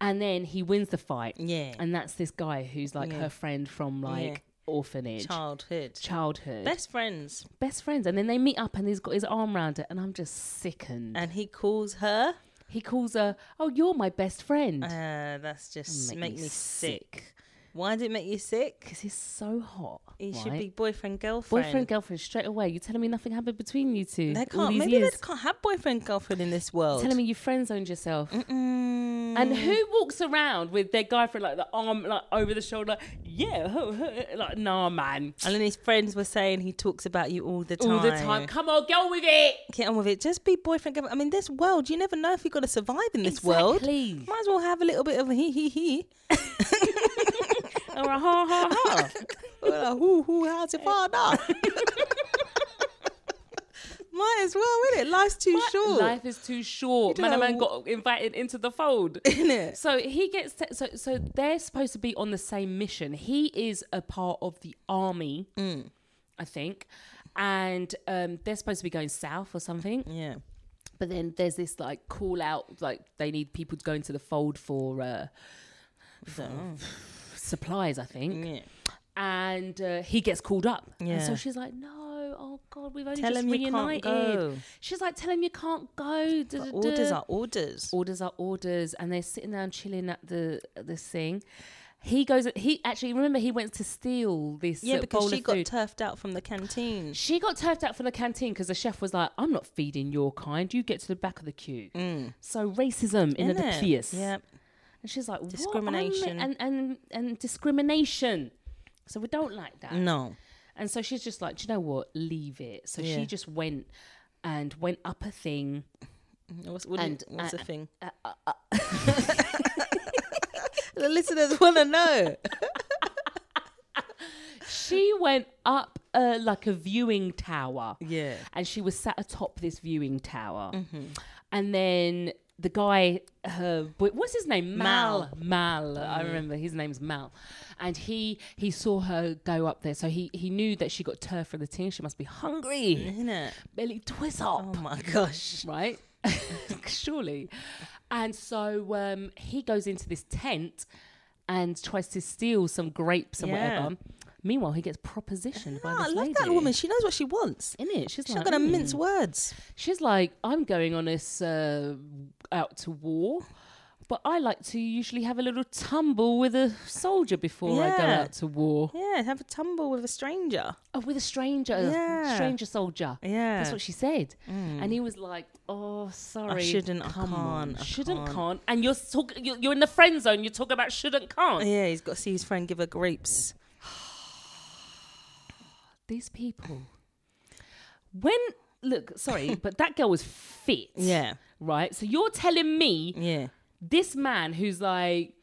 Speaker 1: and then he wins the fight,
Speaker 2: Yeah.
Speaker 1: and that's this guy who's like
Speaker 2: Yeah.
Speaker 1: her friend from like orphanage,
Speaker 2: Childhood.
Speaker 1: childhood,
Speaker 2: Best friends.
Speaker 1: best friends, and then they meet up, and he's got his arm round her, and I'm just sickened.
Speaker 2: And he calls her.
Speaker 1: He calls her, "Oh, you're my best friend,"
Speaker 2: Uh, that's just
Speaker 1: Make
Speaker 2: make,
Speaker 1: me
Speaker 2: me sick. Why did it make you sick?
Speaker 1: because he's so hot.
Speaker 2: He should
Speaker 1: right?
Speaker 2: be boyfriend girlfriend.
Speaker 1: boyfriend girlfriend straight away. You're telling me nothing happened between you two
Speaker 2: They
Speaker 1: all
Speaker 2: can't.
Speaker 1: these
Speaker 2: Maybe
Speaker 1: years.
Speaker 2: they can't have boyfriend girlfriend in this world. Mm.
Speaker 1: You're telling me you friend zoned yourself. And who walks around with their guy for like the arm like over the shoulder? Like, yeah, huh, huh," like nah, man.
Speaker 2: And then his friends were saying he talks about you all the time.
Speaker 1: All the time. Come on, go with it.
Speaker 2: Get on with it. Just be boyfriend. girlfriend. I mean, this world, you never know if you're going to survive in this world.
Speaker 1: Exactly.
Speaker 2: Might as well have a little bit of a hee hee hee.
Speaker 1: Or a ha ha ha.
Speaker 2: Well, who, who, how's it far now? Might as well, is it? Life's too short.
Speaker 1: Life is too short.
Speaker 2: You don't
Speaker 1: Man, man
Speaker 2: know-
Speaker 1: got invited into the fold.
Speaker 2: Innit?
Speaker 1: So he gets to, so so they're supposed to be on the same mission. He is a part of the army,
Speaker 2: Mm.
Speaker 1: I think, and um, they're supposed to be going south or something.
Speaker 2: Yeah.
Speaker 1: But then there's this like call out, like they need people to go into the fold for uh, Oh,
Speaker 2: So,
Speaker 1: supplies, I think.
Speaker 2: yeah.
Speaker 1: And uh, he gets called up, and so
Speaker 2: Mm. Yeah.
Speaker 1: she's like, "No, oh God, we've only
Speaker 2: Tell
Speaker 1: just
Speaker 2: him you can't
Speaker 1: reunited."
Speaker 2: go.
Speaker 1: She's like, "Tell him you can't go." Da, da,
Speaker 2: But orders
Speaker 1: da.
Speaker 2: are orders.
Speaker 1: orders are orders and they're sitting down chilling at the at this thing he goes he actually remember he went to steal this
Speaker 2: Yeah,
Speaker 1: uh,
Speaker 2: because
Speaker 1: bowl
Speaker 2: she
Speaker 1: of
Speaker 2: got
Speaker 1: food.
Speaker 2: turfed out from the canteen.
Speaker 1: she got turfed out from the canteen because the chef was like i'm not feeding your kind you get to the back of the queue so racism in the
Speaker 2: Innit?
Speaker 1: pious
Speaker 2: Mm. Yeah.
Speaker 1: and she's like what? I'm-
Speaker 2: Discrimination.
Speaker 1: and, and and discrimination so we don't like that
Speaker 2: No.
Speaker 1: and so she's just like do you know what leave it so
Speaker 2: Yeah.
Speaker 1: she just went and went up a thing
Speaker 2: What's, what do you-
Speaker 1: And,
Speaker 2: what's
Speaker 1: uh,
Speaker 2: the thing? the listeners want to know.
Speaker 1: she went up uh, like a viewing tower
Speaker 2: Yeah. Mm-hmm.
Speaker 1: and she was sat atop this viewing tower. And then the guy, her, boy- what's his name? Mal. Mal. I remember his name's Mal, and he he saw her go up there, so he he knew that she got turf from the team. She must be hungry,
Speaker 2: Isn't it?
Speaker 1: belly twist up
Speaker 2: Mm-hmm. Oh my gosh.
Speaker 1: right? Surely. And so um, he goes into this tent and tries to steal some grapes and
Speaker 2: Yeah.
Speaker 1: whatever. Meanwhile, he gets propositioned by
Speaker 2: Ah, I
Speaker 1: this
Speaker 2: love
Speaker 1: lady.
Speaker 2: that woman. She knows what she wants.
Speaker 1: In it, she's,
Speaker 2: She's
Speaker 1: like,
Speaker 2: not going to
Speaker 1: "Mm."
Speaker 2: mince words.
Speaker 1: She's like, I'm going on this uh, out to war, but I like to usually have a little tumble with a soldier before I go
Speaker 2: Yeah.
Speaker 1: out to war.
Speaker 2: Yeah, have a tumble with a stranger.
Speaker 1: Oh, with a stranger,
Speaker 2: Yeah.
Speaker 1: stranger soldier.
Speaker 2: Yeah.
Speaker 1: That's what she said. And he was like, "Oh, sorry,
Speaker 2: shouldn't, I
Speaker 1: come on,
Speaker 2: can't, I
Speaker 1: shouldn't,
Speaker 2: can't."
Speaker 1: can't. And you're talk, you're, you're in the friend zone. You're talking about shouldn't, can't.
Speaker 2: Oh, yeah, he's got to see his friend give her grapes.
Speaker 1: These people. When look, sorry, but that girl was fit.
Speaker 2: Yeah,
Speaker 1: Right. So you're telling me
Speaker 2: yeah.
Speaker 1: this man who's like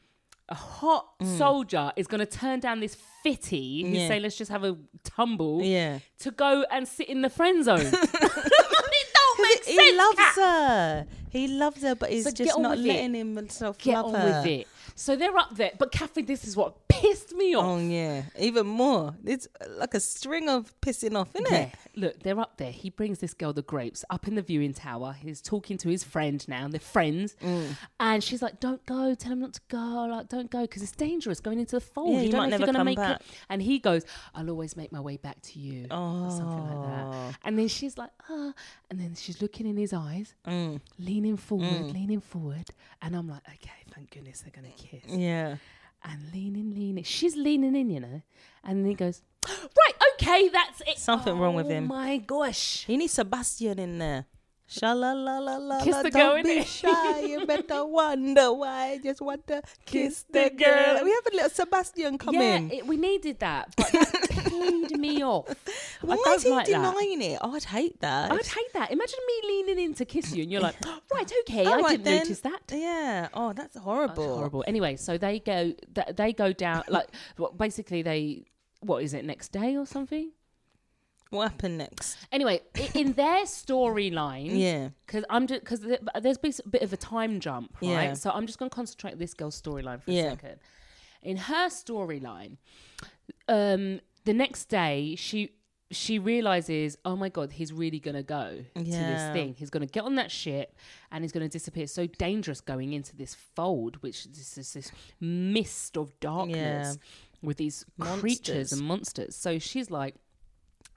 Speaker 1: a hot soldier is going to turn down this fitty who's
Speaker 2: Mm. Yeah.
Speaker 1: saying, "Let's just have a tumble."
Speaker 2: Yeah.
Speaker 1: To go and sit in the friend zone. it don't make
Speaker 2: He
Speaker 1: sense.
Speaker 2: loves
Speaker 1: Kat.
Speaker 2: her. He loves her, but he's
Speaker 1: So get
Speaker 2: just
Speaker 1: on
Speaker 2: not
Speaker 1: with
Speaker 2: letting himself
Speaker 1: get
Speaker 2: love
Speaker 1: on
Speaker 2: her.
Speaker 1: with it. So they're up there, but Catherine, this is what pissed me off.
Speaker 2: Oh yeah, even more. It's uh, like a string of pissing off, isn't
Speaker 1: Yeah,
Speaker 2: it?
Speaker 1: look, they're up there. He brings this girl the grapes up in the viewing tower. He's talking to his friend now. They're friends,
Speaker 2: Mm.
Speaker 1: and she's like, "Don't go. Tell him not to go. Like, don't go because it's dangerous going into the fold.
Speaker 2: Yeah,
Speaker 1: you
Speaker 2: he
Speaker 1: don't
Speaker 2: might
Speaker 1: know if
Speaker 2: never
Speaker 1: you're gonna
Speaker 2: come
Speaker 1: make
Speaker 2: back.
Speaker 1: it." And he goes, "I'll always make my way back to you." or something like
Speaker 2: Oh.
Speaker 1: that. And then she's like, "Ah," and then she's looking in his eyes,
Speaker 2: Mm.
Speaker 1: leaning forward, leaning forward, and I'm like, "Okay, thank goodness they're gonna kiss."
Speaker 2: Yeah.
Speaker 1: and leaning, leaning. She's leaning in, you know. And then he goes, right, okay, that's it.
Speaker 2: Something wrong with him.
Speaker 1: Oh my gosh.
Speaker 2: He needs Sebastian in there. Sha la la la la.
Speaker 1: Kiss
Speaker 2: la,
Speaker 1: the girl,
Speaker 2: don't be
Speaker 1: innit?
Speaker 2: shy. You better wonder why. I just want to
Speaker 1: Kiss
Speaker 2: kiss, the
Speaker 1: the
Speaker 2: girl.
Speaker 1: girl.
Speaker 2: We have a little Sebastian come
Speaker 1: yeah,
Speaker 2: in.
Speaker 1: it- we needed that, but that peed me off.
Speaker 2: Why
Speaker 1: I don't
Speaker 2: is he
Speaker 1: like that.
Speaker 2: denying it? Oh, I'd hate that.
Speaker 1: I'd hate that. Imagine me leaning in to kiss you, and you're like, right, okay,
Speaker 2: All
Speaker 1: I
Speaker 2: right
Speaker 1: didn't
Speaker 2: then.
Speaker 1: notice that.
Speaker 2: Yeah. Oh, that's
Speaker 1: That's
Speaker 2: horrible.
Speaker 1: horrible. Anyway, so they go, th- they go down. Like, well, basically, they what is it next day or something?
Speaker 2: What happened next?
Speaker 1: Anyway, i- in their storyline,
Speaker 2: Yeah.
Speaker 1: because I'm just because there's been a bit of a time jump, right?
Speaker 2: Yeah.
Speaker 1: So I'm just going to concentrate on this girl's storyline for
Speaker 2: Yeah.
Speaker 1: a second. In her storyline, um, the next day she she realizes, oh my god, he's really gonna go to
Speaker 2: Yeah.
Speaker 1: this thing. He's gonna get on that ship and he's gonna disappear. It's so dangerous going into this fold, which is this, this mist of darkness with these
Speaker 2: Monsters.
Speaker 1: creatures and monsters. So she's like,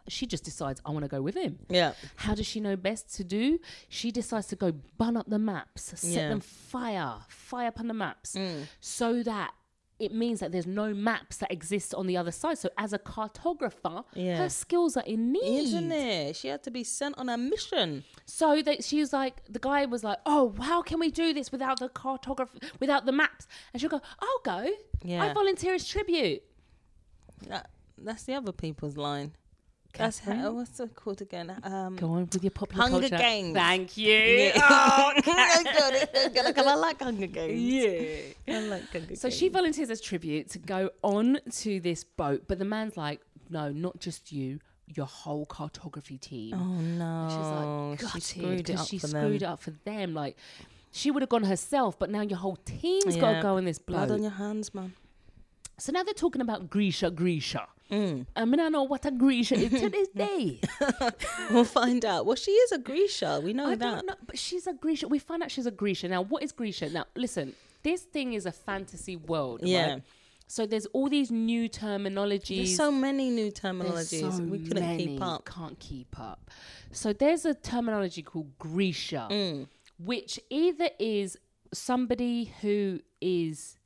Speaker 1: she just decides, I want to go with him.
Speaker 2: Yeah.
Speaker 1: How does she know best to do? She decides to go bun up the maps, set
Speaker 2: Yeah. Mm.
Speaker 1: them fire, fire up on the maps, so that it means that there's no maps that exist on the other side. So as a cartographer,
Speaker 2: Yeah.
Speaker 1: her skills are in need.
Speaker 2: Isn't it? She had to be sent on a mission.
Speaker 1: So that she was like, the guy was like, "Oh, how can we do this without the cartography, without the maps?" And she'll go, "I'll go.
Speaker 2: Yeah.
Speaker 1: I volunteer as tribute."
Speaker 2: That, that's the other people's line. That's how, what's it called again? Um,
Speaker 1: Go on with your popular
Speaker 2: Hunger
Speaker 1: culture.
Speaker 2: Games.
Speaker 1: Thank you.
Speaker 2: Yeah.
Speaker 1: Oh,
Speaker 2: I got it, I got it, 'cause I like Hunger Games.
Speaker 1: yeah.
Speaker 2: I like Hunger
Speaker 1: So she volunteers as tribute to go on to this boat, but the man's like, no, not just you, your whole cartography team.
Speaker 2: Oh
Speaker 1: She's
Speaker 2: no!
Speaker 1: like, got
Speaker 2: she screwed it up
Speaker 1: she
Speaker 2: for
Speaker 1: screwed
Speaker 2: them.
Speaker 1: it up for them. Like, she would have gone herself, but now your whole team's got
Speaker 2: Yeah.
Speaker 1: to go on this blood.
Speaker 2: Blood on your hands, man.
Speaker 1: so now they're talking about Grisha, Grisha. I mean, I know what a Grisha is to this day.
Speaker 2: We'll find out. Well, she is a Grisha. We know
Speaker 1: I
Speaker 2: that.
Speaker 1: don't know, but she's a Grisha. We find out she's a Grisha. Now, what is Grisha? Now, listen, this thing is a fantasy world,
Speaker 2: Yeah.
Speaker 1: right? So there's all these new terminologies.
Speaker 2: There's so many new
Speaker 1: There's
Speaker 2: terminologies.
Speaker 1: so
Speaker 2: we couldn't
Speaker 1: many,
Speaker 2: keep up.
Speaker 1: Can't keep up. So there's a terminology called Grisha,
Speaker 2: Mm.
Speaker 1: which either is somebody who is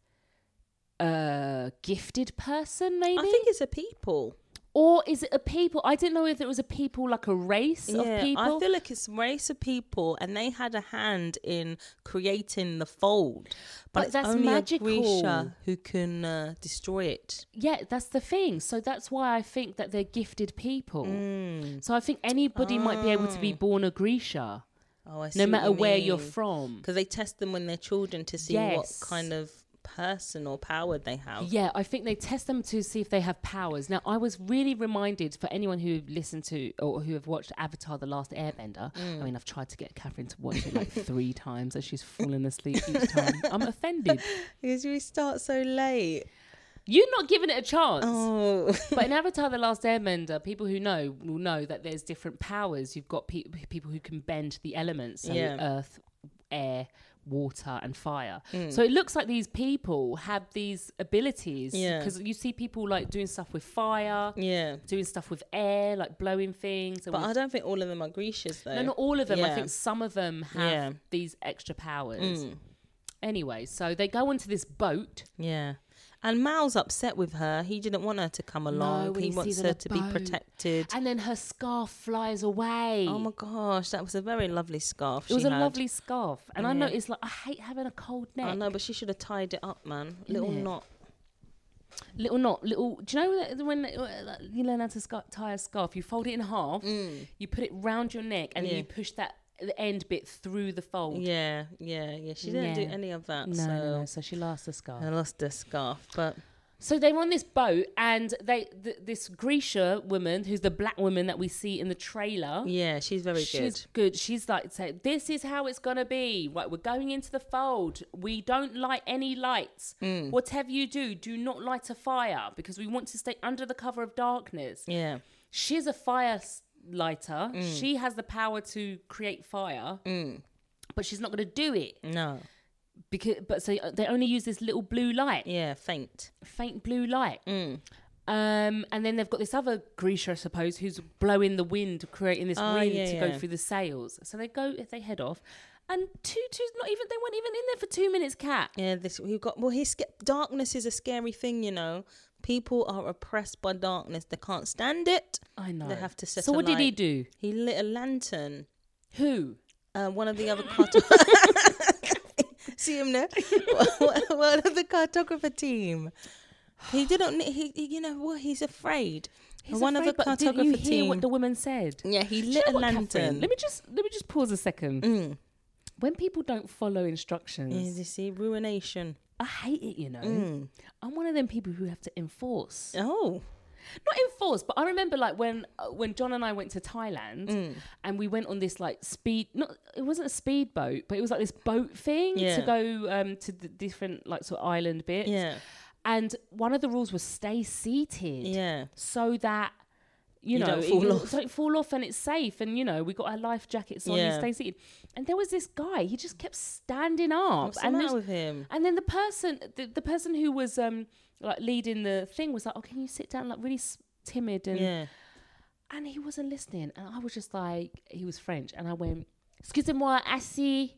Speaker 1: a gifted person, maybe,
Speaker 2: I think it's a people.
Speaker 1: or is it a people? I didn't know if it was a people like a race of
Speaker 2: I
Speaker 1: people.
Speaker 2: feel like it's a race of people, and they had a hand in creating the fold. But,
Speaker 1: But
Speaker 2: it's
Speaker 1: that's
Speaker 2: only
Speaker 1: magical.
Speaker 2: a Grisha who can uh, destroy it.
Speaker 1: yeah, that's the thing. So that's why I think that they're gifted people.
Speaker 2: Mm.
Speaker 1: So I think anybody might be able to be born a Grisha,
Speaker 2: Oh, I Ah. see.
Speaker 1: no matter where you're
Speaker 2: from.
Speaker 1: from.
Speaker 2: because they test them when they're children to see what
Speaker 1: Yes.
Speaker 2: kind of personal power they have.
Speaker 1: Yeah, I think they test them to see if they have powers. Now, I was really reminded for anyone who listened to or who have watched Avatar: The Last Airbender. I mean, I've tried to get Catherine to watch it like three times, and she's fallen asleep each time. I'm offended.
Speaker 2: Because we start so late.
Speaker 1: You're not giving it a chance.
Speaker 2: Oh,
Speaker 1: But in Avatar: The Last Airbender, people who know will know that there's different powers. You've got pe- people who can bend the elements, so
Speaker 2: Yeah. Mm.
Speaker 1: earth, air, water, and fire. So it looks like these people have these abilities
Speaker 2: Yeah.
Speaker 1: because you see people like doing stuff with fire,
Speaker 2: yeah.
Speaker 1: doing stuff with air, like blowing things. And
Speaker 2: But
Speaker 1: with-
Speaker 2: I don't think all of them are Grecia's though.
Speaker 1: no, not all of them. I
Speaker 2: Yeah.
Speaker 1: think some of them have
Speaker 2: Yeah. Mm.
Speaker 1: these extra powers. Anyway, so they go onto this boat.
Speaker 2: Yeah. And Mal's upset with her. He didn't want her to come along.
Speaker 1: when
Speaker 2: he
Speaker 1: he
Speaker 2: wants
Speaker 1: sees her on
Speaker 2: her
Speaker 1: a
Speaker 2: to be
Speaker 1: boat.
Speaker 2: protected.
Speaker 1: And then her scarf flies away.
Speaker 2: Oh my gosh, that was a very lovely scarf.
Speaker 1: It was
Speaker 2: she
Speaker 1: a
Speaker 2: had.
Speaker 1: lovely scarf, and I noticed like I hate having a cold neck.
Speaker 2: I know, but she should have tied it up, man. Little
Speaker 1: Innit?
Speaker 2: knot.
Speaker 1: Little knot, little. Do you know that when uh, you learn how to scar- tie a scarf, you fold it in half, you put it round your neck, and then
Speaker 2: Mm. Yeah.
Speaker 1: you push that the end bit through the fold.
Speaker 2: Yeah, yeah, yeah. She didn't
Speaker 1: Yeah.
Speaker 2: do any of that.
Speaker 1: No,
Speaker 2: so
Speaker 1: no, no. So she lost the scarf.
Speaker 2: I lost the scarf. But
Speaker 1: So they're on this boat, and they th- this Grisha woman, who's the black woman that we see in the trailer.
Speaker 2: yeah, she's very
Speaker 1: She's
Speaker 2: good.
Speaker 1: good. She's like, saying, this is how it's gonna be. Right, we're going into the fold. We don't light any lights. Whatever you do, do not light a fire because we want to stay under the cover of darkness.
Speaker 2: Yeah.
Speaker 1: She's a fire s- lighter. She has the power to create fire, but she's not gonna do it
Speaker 2: No.
Speaker 1: because. But so uh, they only use this little blue light
Speaker 2: Yeah, faint.
Speaker 1: faint blue light.
Speaker 2: Mm.
Speaker 1: Um, and then they've got this other Grisha, I suppose, who's blowing the wind, creating this
Speaker 2: Oh,
Speaker 1: wind to
Speaker 2: yeah,
Speaker 1: go
Speaker 2: yeah.
Speaker 1: through the sails. So they go, they head off, and two, two's not even. They weren't even in there for two minutes. Cat.
Speaker 2: Yeah, this we got. Well, he's sca- darkness is a scary thing, you know. People are oppressed by darkness. They can't stand it.
Speaker 1: I know.
Speaker 2: They have to set
Speaker 1: So
Speaker 2: a
Speaker 1: what did he
Speaker 2: light.
Speaker 1: do?
Speaker 2: He lit a lantern.
Speaker 1: Who?
Speaker 2: Uh, one of the other cartog See him there. one of the cartographer team. He didn't. ne- He, he you know what? He's afraid. one
Speaker 1: afraid,
Speaker 2: of the
Speaker 1: but
Speaker 2: cartographer
Speaker 1: Did you hear
Speaker 2: team.
Speaker 1: what the woman said?
Speaker 2: yeah, he
Speaker 1: Do you
Speaker 2: lit
Speaker 1: know
Speaker 2: a
Speaker 1: what, Catherine?
Speaker 2: lantern. Mm.
Speaker 1: Let me just let me just pause a second. When people don't follow instructions,
Speaker 2: Yeah, you see, ruination.
Speaker 1: I hate it. You know,
Speaker 2: Mm.
Speaker 1: I'm one of them people who have to enforce.
Speaker 2: Oh,
Speaker 1: not enforced, but I remember like when uh, when John and I went to Thailand
Speaker 2: Mm.
Speaker 1: and we went on this like speed not it wasn't a speedboat, but it was like this boat thing to
Speaker 2: Yeah.
Speaker 1: go um, to the different like sort of island bits.
Speaker 2: yeah,
Speaker 1: And one of the rules was stay seated
Speaker 2: yeah.
Speaker 1: so that you,
Speaker 2: You
Speaker 1: know
Speaker 2: don't
Speaker 1: it-
Speaker 2: fall
Speaker 1: you
Speaker 2: off.
Speaker 1: don't fall off and it's safe and you know we got our life jackets on and
Speaker 2: Yeah.
Speaker 1: stay seated. And there was this guy, he just kept standing up
Speaker 2: What's the
Speaker 1: and
Speaker 2: matter
Speaker 1: this-
Speaker 2: with him?
Speaker 1: and then the person, the, the person who was um like leading the thing was like, "Oh, can you sit down?" Like really s- timid, and
Speaker 2: Yeah,
Speaker 1: and he wasn't listening. And I was just like, he was French, and I went, "Excusez-moi, assis."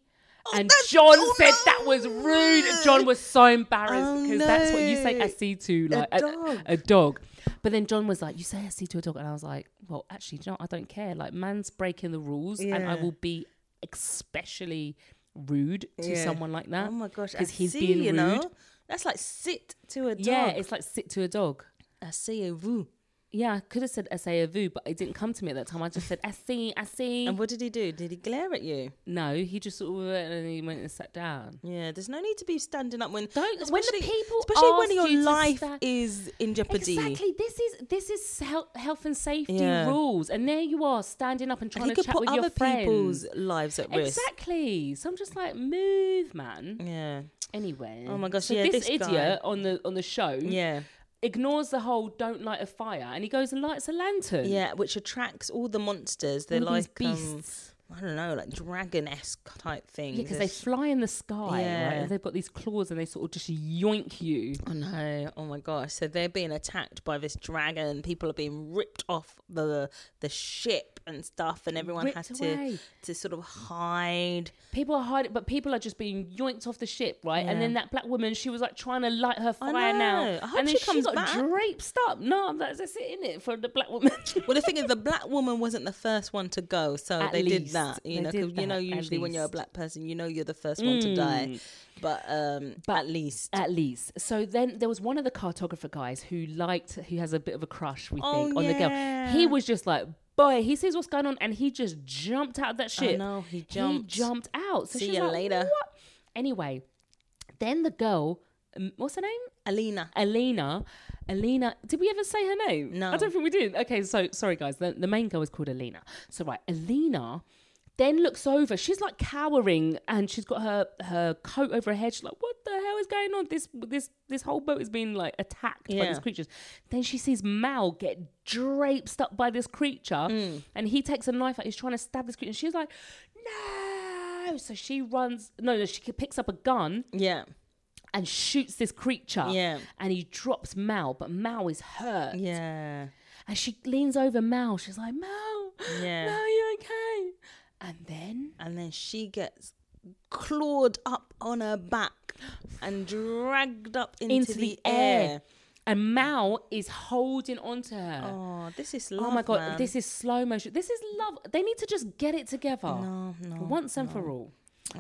Speaker 1: and
Speaker 2: that's-
Speaker 1: John
Speaker 2: oh,
Speaker 1: said
Speaker 2: no.
Speaker 1: that was rude. John was so embarrassed
Speaker 2: Oh,
Speaker 1: because that's what you say
Speaker 2: no.
Speaker 1: assis to like a,
Speaker 2: dog.
Speaker 1: a dog. But then John was like, "You say assis to a dog," and I was like, "Well, actually, do you know, what? I don't care. Like, man's breaking the rules, and I
Speaker 2: Yeah.
Speaker 1: will be especially rude to
Speaker 2: Yeah.
Speaker 1: someone like that."
Speaker 2: Oh my gosh, I
Speaker 1: because he's
Speaker 2: see,
Speaker 1: being
Speaker 2: you
Speaker 1: rude.
Speaker 2: know? That's like sit to a dog.
Speaker 1: Yeah, it's like sit to a dog.
Speaker 2: I see a woo.
Speaker 1: Yeah, I could have said essay a vu, but it didn't come to me at that time. I just said essay, essay.
Speaker 2: And what did he do? Did he glare at you?
Speaker 1: No, he just sort of went and he went and sat down.
Speaker 2: Yeah, there's no need to be standing up when
Speaker 1: Don't- when the
Speaker 2: especially-
Speaker 1: people
Speaker 2: especially when
Speaker 1: ask
Speaker 2: your
Speaker 1: you to
Speaker 2: life
Speaker 1: stand-
Speaker 2: is in jeopardy.
Speaker 1: Exactly. This is this is health, health and safety
Speaker 2: Yeah.
Speaker 1: rules, and there you are standing up and
Speaker 2: And
Speaker 1: trying
Speaker 2: he
Speaker 1: to
Speaker 2: could
Speaker 1: chat
Speaker 2: put
Speaker 1: with your
Speaker 2: other
Speaker 1: friends.
Speaker 2: people's lives at risk.
Speaker 1: Exactly. So I'm just like, move, man.
Speaker 2: Yeah,
Speaker 1: Anyway.
Speaker 2: Oh my gosh,
Speaker 1: So
Speaker 2: yeah,
Speaker 1: this,
Speaker 2: this guy-
Speaker 1: idiot on the on the show
Speaker 2: yeah,
Speaker 1: ignores the whole "don't light a fire" and he goes and lights a lantern.
Speaker 2: yeah. Which attracts all the monsters. They're
Speaker 1: Mm. All these
Speaker 2: like um,
Speaker 1: beasts.
Speaker 2: I don't know, like dragon esque type things.
Speaker 1: Yeah, because they
Speaker 2: It's-
Speaker 1: fly in the sky, right?
Speaker 2: Yeah.
Speaker 1: And they've got these claws and they sort of just yoink you.
Speaker 2: Oh no! Oh my gosh! So they're being attacked by this dragon. People are being ripped off the the ship and stuff, and everyone
Speaker 1: Ripped
Speaker 2: has
Speaker 1: away.
Speaker 2: to to sort of hide.
Speaker 1: People are hiding, but people are just being yoinked off the ship, right? And
Speaker 2: Yeah.
Speaker 1: then that black woman, she was like trying to light her
Speaker 2: I
Speaker 1: fire now,
Speaker 2: know. I hope
Speaker 1: and then
Speaker 2: she comes
Speaker 1: got
Speaker 2: back.
Speaker 1: draped up. No, I'm like, that's it, innit, for the black woman.
Speaker 2: Well, the thing is, the black woman wasn't the first one to go, so
Speaker 1: At
Speaker 2: they did
Speaker 1: least.
Speaker 2: that. You
Speaker 1: They
Speaker 2: know, 'cause
Speaker 1: did
Speaker 2: you know,
Speaker 1: that, at
Speaker 2: usually when you're a
Speaker 1: least. Mm.
Speaker 2: black person, you know you're the first one to die. But um, at least,
Speaker 1: At least. So then there was one of the cartographer guys who liked, who has a bit of a crush, we think,
Speaker 2: Oh,
Speaker 1: on the
Speaker 2: yeah.
Speaker 1: girl. He was just like, boy, he sees what's going on, and he just jumped out of that ship.
Speaker 2: know, he jumped.
Speaker 1: jumped out. So
Speaker 2: See
Speaker 1: she's
Speaker 2: ya
Speaker 1: like,
Speaker 2: later.
Speaker 1: "What?" Anyway, then the girl um, what's her name?
Speaker 2: Alina.
Speaker 1: Alina. Alina. Did we ever say her name?
Speaker 2: No.
Speaker 1: I don't think we did. Okay, so sorry, guys. The, the main girl is called Alina. So, right, Alina then looks over. She's like cowering and she's got her, her coat over her head. She's like, what the hell is going on? This this this whole boat is being like attacked by
Speaker 2: Yeah.
Speaker 1: these creatures. Then she sees Mal get draped up by this creature
Speaker 2: Mm.
Speaker 1: and he takes a knife out. He's trying to stab this creature. And she's like, no. So she runs. No, no, she picks up a gun
Speaker 2: Yeah.
Speaker 1: and shoots this creature.
Speaker 2: Yeah.
Speaker 1: And he drops Mal, but Mal is hurt.
Speaker 2: Yeah.
Speaker 1: And she leans over Mal. She's like, Mal,
Speaker 2: Yeah.
Speaker 1: Mal, you okay? And then
Speaker 2: And then she gets clawed up on her back and dragged up into,
Speaker 1: into the, air. And Mal is holding onto her. Oh,
Speaker 2: Oh, this is love.
Speaker 1: my god,
Speaker 2: man.
Speaker 1: this is slow motion. This is love. They need to just get it together.
Speaker 2: No, no,
Speaker 1: Once and for all.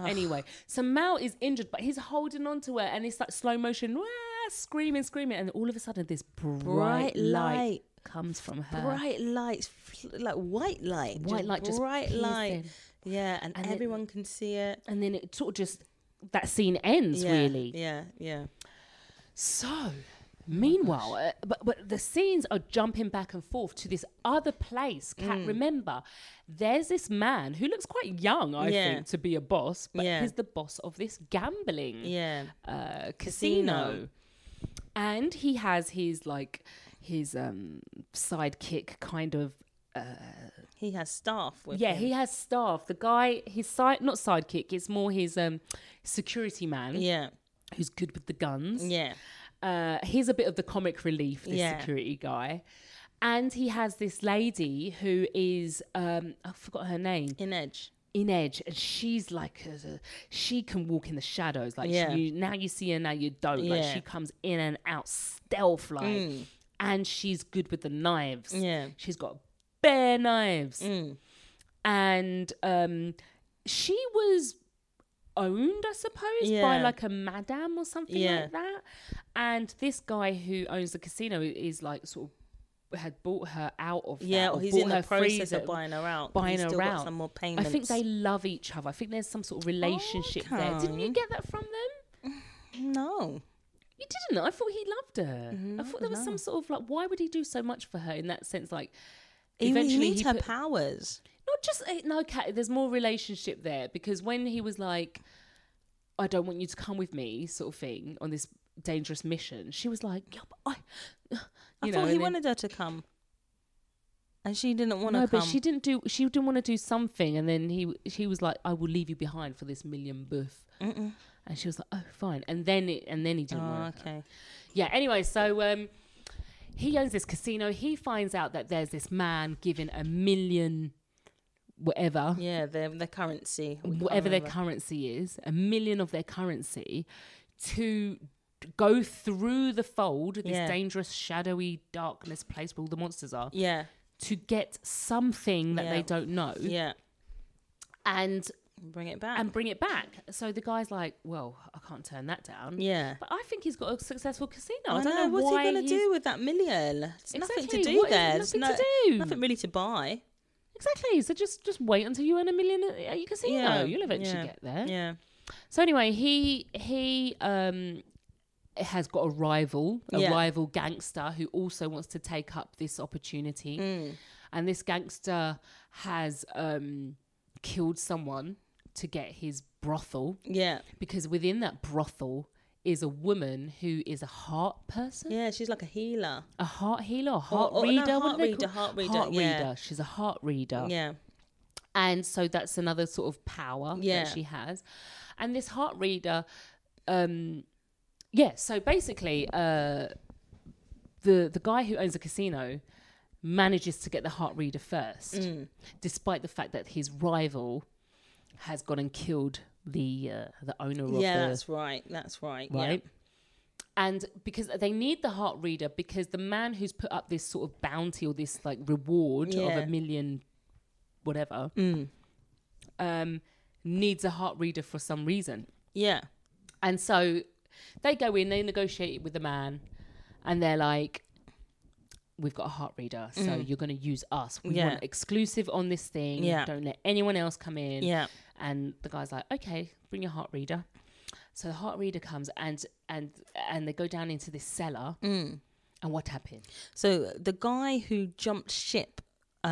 Speaker 1: Anyway, so Mal is injured, but he's holding on to her and it's like slow motion, wah, screaming, screaming, and all of a sudden this bright,
Speaker 2: Bright
Speaker 1: light,
Speaker 2: light.
Speaker 1: comes from her.
Speaker 2: bright lights, fl- like white light,
Speaker 1: White light just
Speaker 2: bright
Speaker 1: peers
Speaker 2: light.
Speaker 1: in.
Speaker 2: Yeah, and,
Speaker 1: And it-
Speaker 2: everyone can see it.
Speaker 1: and then it sort of just that scene ends
Speaker 2: Yeah,
Speaker 1: really
Speaker 2: Yeah, Oh yeah.
Speaker 1: so meanwhile uh, but, but the scenes are jumping back and forth to this other place Kat,
Speaker 2: Mm.
Speaker 1: remember there's this man who looks quite young i
Speaker 2: Yeah.
Speaker 1: think to be a boss but
Speaker 2: Yeah.
Speaker 1: he's the boss of this gambling
Speaker 2: Yeah.
Speaker 1: uh, casino.
Speaker 2: Casino.
Speaker 1: And he has his like his um sidekick kind of
Speaker 2: He has staff with
Speaker 1: yeah,
Speaker 2: him.
Speaker 1: he has staff. The guy his side not sidekick, it's more his um security man
Speaker 2: Yeah.
Speaker 1: who's good with the guns.
Speaker 2: Yeah.
Speaker 1: uh, he's a bit of the comic relief, this
Speaker 2: Yeah.
Speaker 1: security guy. And he has this lady who is, um, I forgot her name,
Speaker 2: In edge.
Speaker 1: Inedge. And she's like, a, she can walk in the shadows. Like,
Speaker 2: Yeah.
Speaker 1: you, now you see her, now you don't. Like,
Speaker 2: Yeah. Mm.
Speaker 1: she comes in and out stealth like. And she's good with the knives.
Speaker 2: Yeah. Mm.
Speaker 1: She's got bare knives. And um, she was owned, I suppose, by
Speaker 2: Yeah.
Speaker 1: like a madam or something
Speaker 2: Yeah.
Speaker 1: like that. And this guy who owns the casino is like sort of had bought her out of that,
Speaker 2: Yeah,
Speaker 1: or
Speaker 2: or he's
Speaker 1: bought
Speaker 2: in the
Speaker 1: her free
Speaker 2: process
Speaker 1: that-
Speaker 2: of buying her out. 'cause
Speaker 1: buying
Speaker 2: he's
Speaker 1: her
Speaker 2: still got
Speaker 1: out.
Speaker 2: some more
Speaker 1: I
Speaker 2: payments.
Speaker 1: think they love each other. I think there's some sort of relationship there. Didn't you
Speaker 2: Oh, Okay.
Speaker 1: get that from them?
Speaker 2: No.
Speaker 1: You didn't. I thought he loved her.
Speaker 2: Mm-hmm.
Speaker 1: I thought there was some sort of like, why would he do so much for her in that sense? Like,
Speaker 2: He-
Speaker 1: eventually
Speaker 2: he needs
Speaker 1: he
Speaker 2: her
Speaker 1: put-
Speaker 2: powers.
Speaker 1: not just eh, no. Kat, there's more relationship there because when he was like, I don't want you to come with me, sort of thing, on this dangerous mission, she was like, yeah, but I, you
Speaker 2: I
Speaker 1: know,
Speaker 2: thought
Speaker 1: and
Speaker 2: he
Speaker 1: then-
Speaker 2: wanted her to come. And she didn't want
Speaker 1: No,
Speaker 2: to come.
Speaker 1: but she didn't do. She didn't want to do something, and then he she was like, "I will leave you behind for this million booth,"
Speaker 2: Mm-mm.
Speaker 1: and she was like, "Oh, fine." And then it, and then he didn't.
Speaker 2: Oh,
Speaker 1: want her.
Speaker 2: okay.
Speaker 1: Yeah. Anyway, so um, he owns this casino. He finds out that there's this man giving a million, whatever,
Speaker 2: Yeah, their, their currency. We can't
Speaker 1: whatever their
Speaker 2: remember.
Speaker 1: currency is, a million of their currency, to go through the fold, this
Speaker 2: Yeah.
Speaker 1: dangerous, shadowy, darkness place where all the monsters are,
Speaker 2: Yeah,
Speaker 1: to get something that
Speaker 2: Yeah.
Speaker 1: they don't know,
Speaker 2: yeah. Ah.
Speaker 1: and
Speaker 2: Bring it back.
Speaker 1: and bring it back. So the guy's like, "Well, I can't turn that down."
Speaker 2: yeah.
Speaker 1: But I think he's got a successful casino. I,
Speaker 2: I,
Speaker 1: don't know,
Speaker 2: know. What's
Speaker 1: why
Speaker 2: he gonna
Speaker 1: he's-
Speaker 2: do with that million? It's nothing
Speaker 1: Exactly,
Speaker 2: to do
Speaker 1: what is-
Speaker 2: there. There's
Speaker 1: nothing to do.
Speaker 2: Nothing really to buy.
Speaker 1: Exactly. So just just wait until you earn a million at at your casino.
Speaker 2: Yeah,
Speaker 1: You'll eventually
Speaker 2: yeah,
Speaker 1: get there.
Speaker 2: Yeah.
Speaker 1: So anyway, he he um has got a rival, a
Speaker 2: Yeah.
Speaker 1: rival gangster who also wants to take up this opportunity.
Speaker 2: Mm.
Speaker 1: And this gangster has um killed someone to get his brothel
Speaker 2: Yeah.
Speaker 1: because within that brothel is a woman who is a heart person,
Speaker 2: Yeah. She's like a healer.
Speaker 1: a heart healer, a heart
Speaker 2: or no,
Speaker 1: reader, what
Speaker 2: heart
Speaker 1: are they
Speaker 2: reader,
Speaker 1: called?
Speaker 2: heart reader,
Speaker 1: Heart
Speaker 2: yeah.
Speaker 1: reader. She's a heart reader.
Speaker 2: Yeah.
Speaker 1: And so that's another sort of power
Speaker 2: Yeah.
Speaker 1: that she has. And this heart reader, um, yeah, so basically, uh, the, the guy who owns the casino manages to get the heart reader first,
Speaker 2: Mm.
Speaker 1: despite the fact that his rival has gone and killed the uh, the owner of
Speaker 2: Yeah.
Speaker 1: the
Speaker 2: That's right. That's right.
Speaker 1: right? And because they need the heart reader, because the man who's put up this sort of bounty or this like reward of
Speaker 2: Yeah.
Speaker 1: a million, whatever,
Speaker 2: Yeah. Mm.
Speaker 1: um, needs a heart reader for some reason.
Speaker 2: Yeah.
Speaker 1: And so they go in, they negotiate with the man, and they're like, We've got a heart reader, so you're going to use us. We
Speaker 2: Mm. Yeah.
Speaker 1: want exclusive on this thing.
Speaker 2: Yeah.
Speaker 1: Don't let anyone else come in.
Speaker 2: Yeah.
Speaker 1: And the guy's like, okay, bring your heart reader. So the heart reader comes and and and they go down into this cellar.
Speaker 2: Mm.
Speaker 1: And what happened?
Speaker 2: So the guy who jumped ship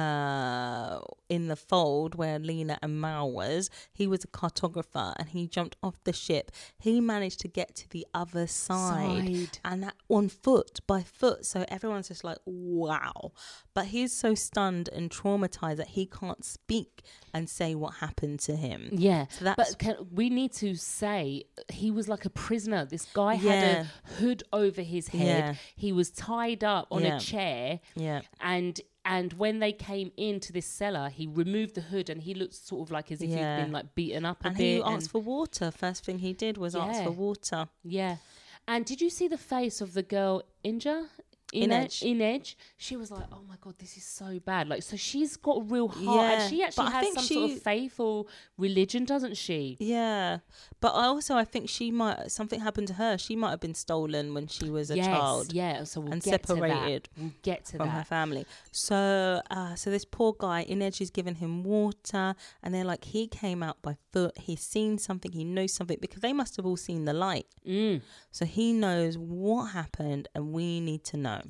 Speaker 2: uh, in the fold where Lena and Mal was, he was a cartographer and he jumped off the ship. He managed to get to the other side,
Speaker 1: Side.
Speaker 2: and that on foot by foot. So everyone's just like, wow. But he's so stunned and traumatized that he can't speak and say what happened to him.
Speaker 1: Yeah,
Speaker 2: So that's-
Speaker 1: but can, we need to say he was like a prisoner. This guy
Speaker 2: Yeah.
Speaker 1: had a hood over his head.
Speaker 2: Yeah.
Speaker 1: He was tied up on
Speaker 2: Yeah.
Speaker 1: a chair,
Speaker 2: Yeah.
Speaker 1: and and when they came into this cellar, he removed the hood and he looked sort of like as if
Speaker 2: Yeah.
Speaker 1: he'd been like beaten up a
Speaker 2: And
Speaker 1: bit.
Speaker 2: he
Speaker 1: and-
Speaker 2: asked for water. First thing he did was ask
Speaker 1: Yeah.
Speaker 2: for water.
Speaker 1: yeah, and did you see the face of the girl Inja?
Speaker 2: Inej.
Speaker 1: In Edge, she was like, "Oh my god, this is so bad." Like, so she's got a real heart,
Speaker 2: Yeah,
Speaker 1: and she actually
Speaker 2: but I
Speaker 1: has
Speaker 2: think
Speaker 1: some sort
Speaker 2: she-
Speaker 1: of faith or religion, doesn't she?
Speaker 2: Yeah, but I also I think she might something happened to her. She might have been stolen when she was a
Speaker 1: yes,
Speaker 2: child
Speaker 1: Yeah, so we'll
Speaker 2: and
Speaker 1: get
Speaker 2: separated
Speaker 1: To that. We'll get to
Speaker 2: from her
Speaker 1: that.
Speaker 2: family. So, uh, so this poor guy, Inej is giving him water, and they're like, he came out by foot. He's seen something. He knows something because they must have all seen the light.
Speaker 1: Mm.
Speaker 2: So he knows what happened, and we need to know.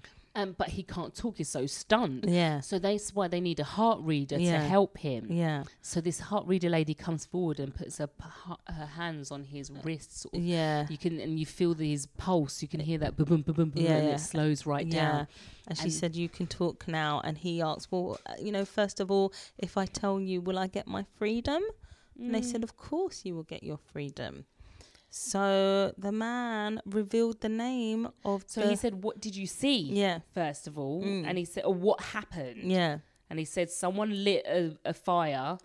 Speaker 1: Um, but he can't talk. He's so stunned.
Speaker 2: Yeah,
Speaker 1: So that's why they need a heart reader
Speaker 2: Yeah.
Speaker 1: to help him.
Speaker 2: yeah,
Speaker 1: So this heart reader lady comes forward and puts her, p- ha- her hands on his wrists. Sort of.
Speaker 2: yeah.
Speaker 1: You can and you feel his pulse. You can hear that boom, boom, boom, boom, boom,
Speaker 2: Yeah,
Speaker 1: and
Speaker 2: yeah.
Speaker 1: it slows right down.
Speaker 2: And she
Speaker 1: And-
Speaker 2: said, You can talk now. And he asked, Well, uh, you know, first of all, if I tell you, will I get my freedom? And they
Speaker 1: Mm.
Speaker 2: said, Of course, you will get your freedom. So the man revealed the name of
Speaker 1: So
Speaker 2: the.
Speaker 1: he said, "What did you see?"
Speaker 2: Yeah,
Speaker 1: First of all,
Speaker 2: Mm.
Speaker 1: and he said, "Or what happened?"
Speaker 2: yeah,
Speaker 1: and he said someone lit a, a fire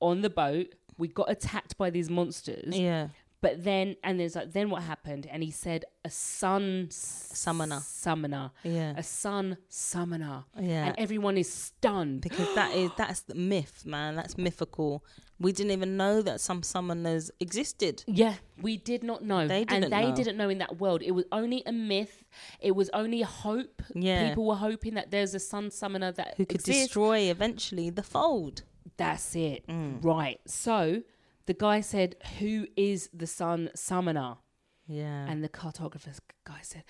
Speaker 1: on the boat. We got attacked by these monsters,
Speaker 2: yeah.
Speaker 1: but then and there's like then what happened? And he said a sun s-
Speaker 2: Summoner.
Speaker 1: summoner,
Speaker 2: Yeah,
Speaker 1: a sun summoner,
Speaker 2: yeah,
Speaker 1: and everyone is stunned.
Speaker 2: because that is that's the myth, man. That's mythical. We didn't even know that some summoners existed.
Speaker 1: Yeah, we did not know,
Speaker 2: They didn't
Speaker 1: and they
Speaker 2: know.
Speaker 1: didn't know in that world. It was only a myth. It was only a hope.
Speaker 2: Yeah.
Speaker 1: people were hoping that there's a sun summoner that
Speaker 2: Who could
Speaker 1: exists.
Speaker 2: destroy eventually the fold?
Speaker 1: That's it.
Speaker 2: Mm.
Speaker 1: Right. So the guy said, Who is the sun summoner?
Speaker 2: Yeah,
Speaker 1: And the cartographer guy said,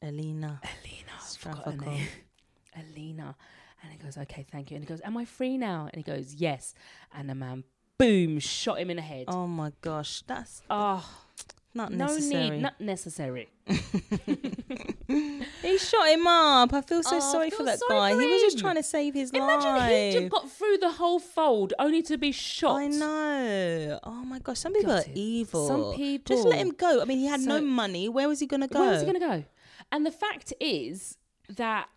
Speaker 2: Alina.
Speaker 1: Alina. I forgot her name. Alina. And he goes, Okay, thank you. And he goes, Am I free now? And he goes, Yes. And the man, boom, shot him in the head. Oh,
Speaker 2: Oh my gosh, that's not
Speaker 1: no
Speaker 2: necessary.
Speaker 1: need, not necessary.
Speaker 2: He shot him up. I feel so
Speaker 1: Oh, I
Speaker 2: sorry for
Speaker 1: feel
Speaker 2: that
Speaker 1: sorry
Speaker 2: guy.
Speaker 1: for
Speaker 2: He was just
Speaker 1: him.
Speaker 2: trying to save his life.
Speaker 1: Imagine he just got through the whole fold only to be shot.
Speaker 2: I know. Oh my gosh, some people are
Speaker 1: Gutted.
Speaker 2: evil.
Speaker 1: Some
Speaker 2: Just
Speaker 1: people.
Speaker 2: let him go. I mean, he had no
Speaker 1: So-
Speaker 2: money. Where was he going to go?
Speaker 1: Where was he going to go? And the fact is that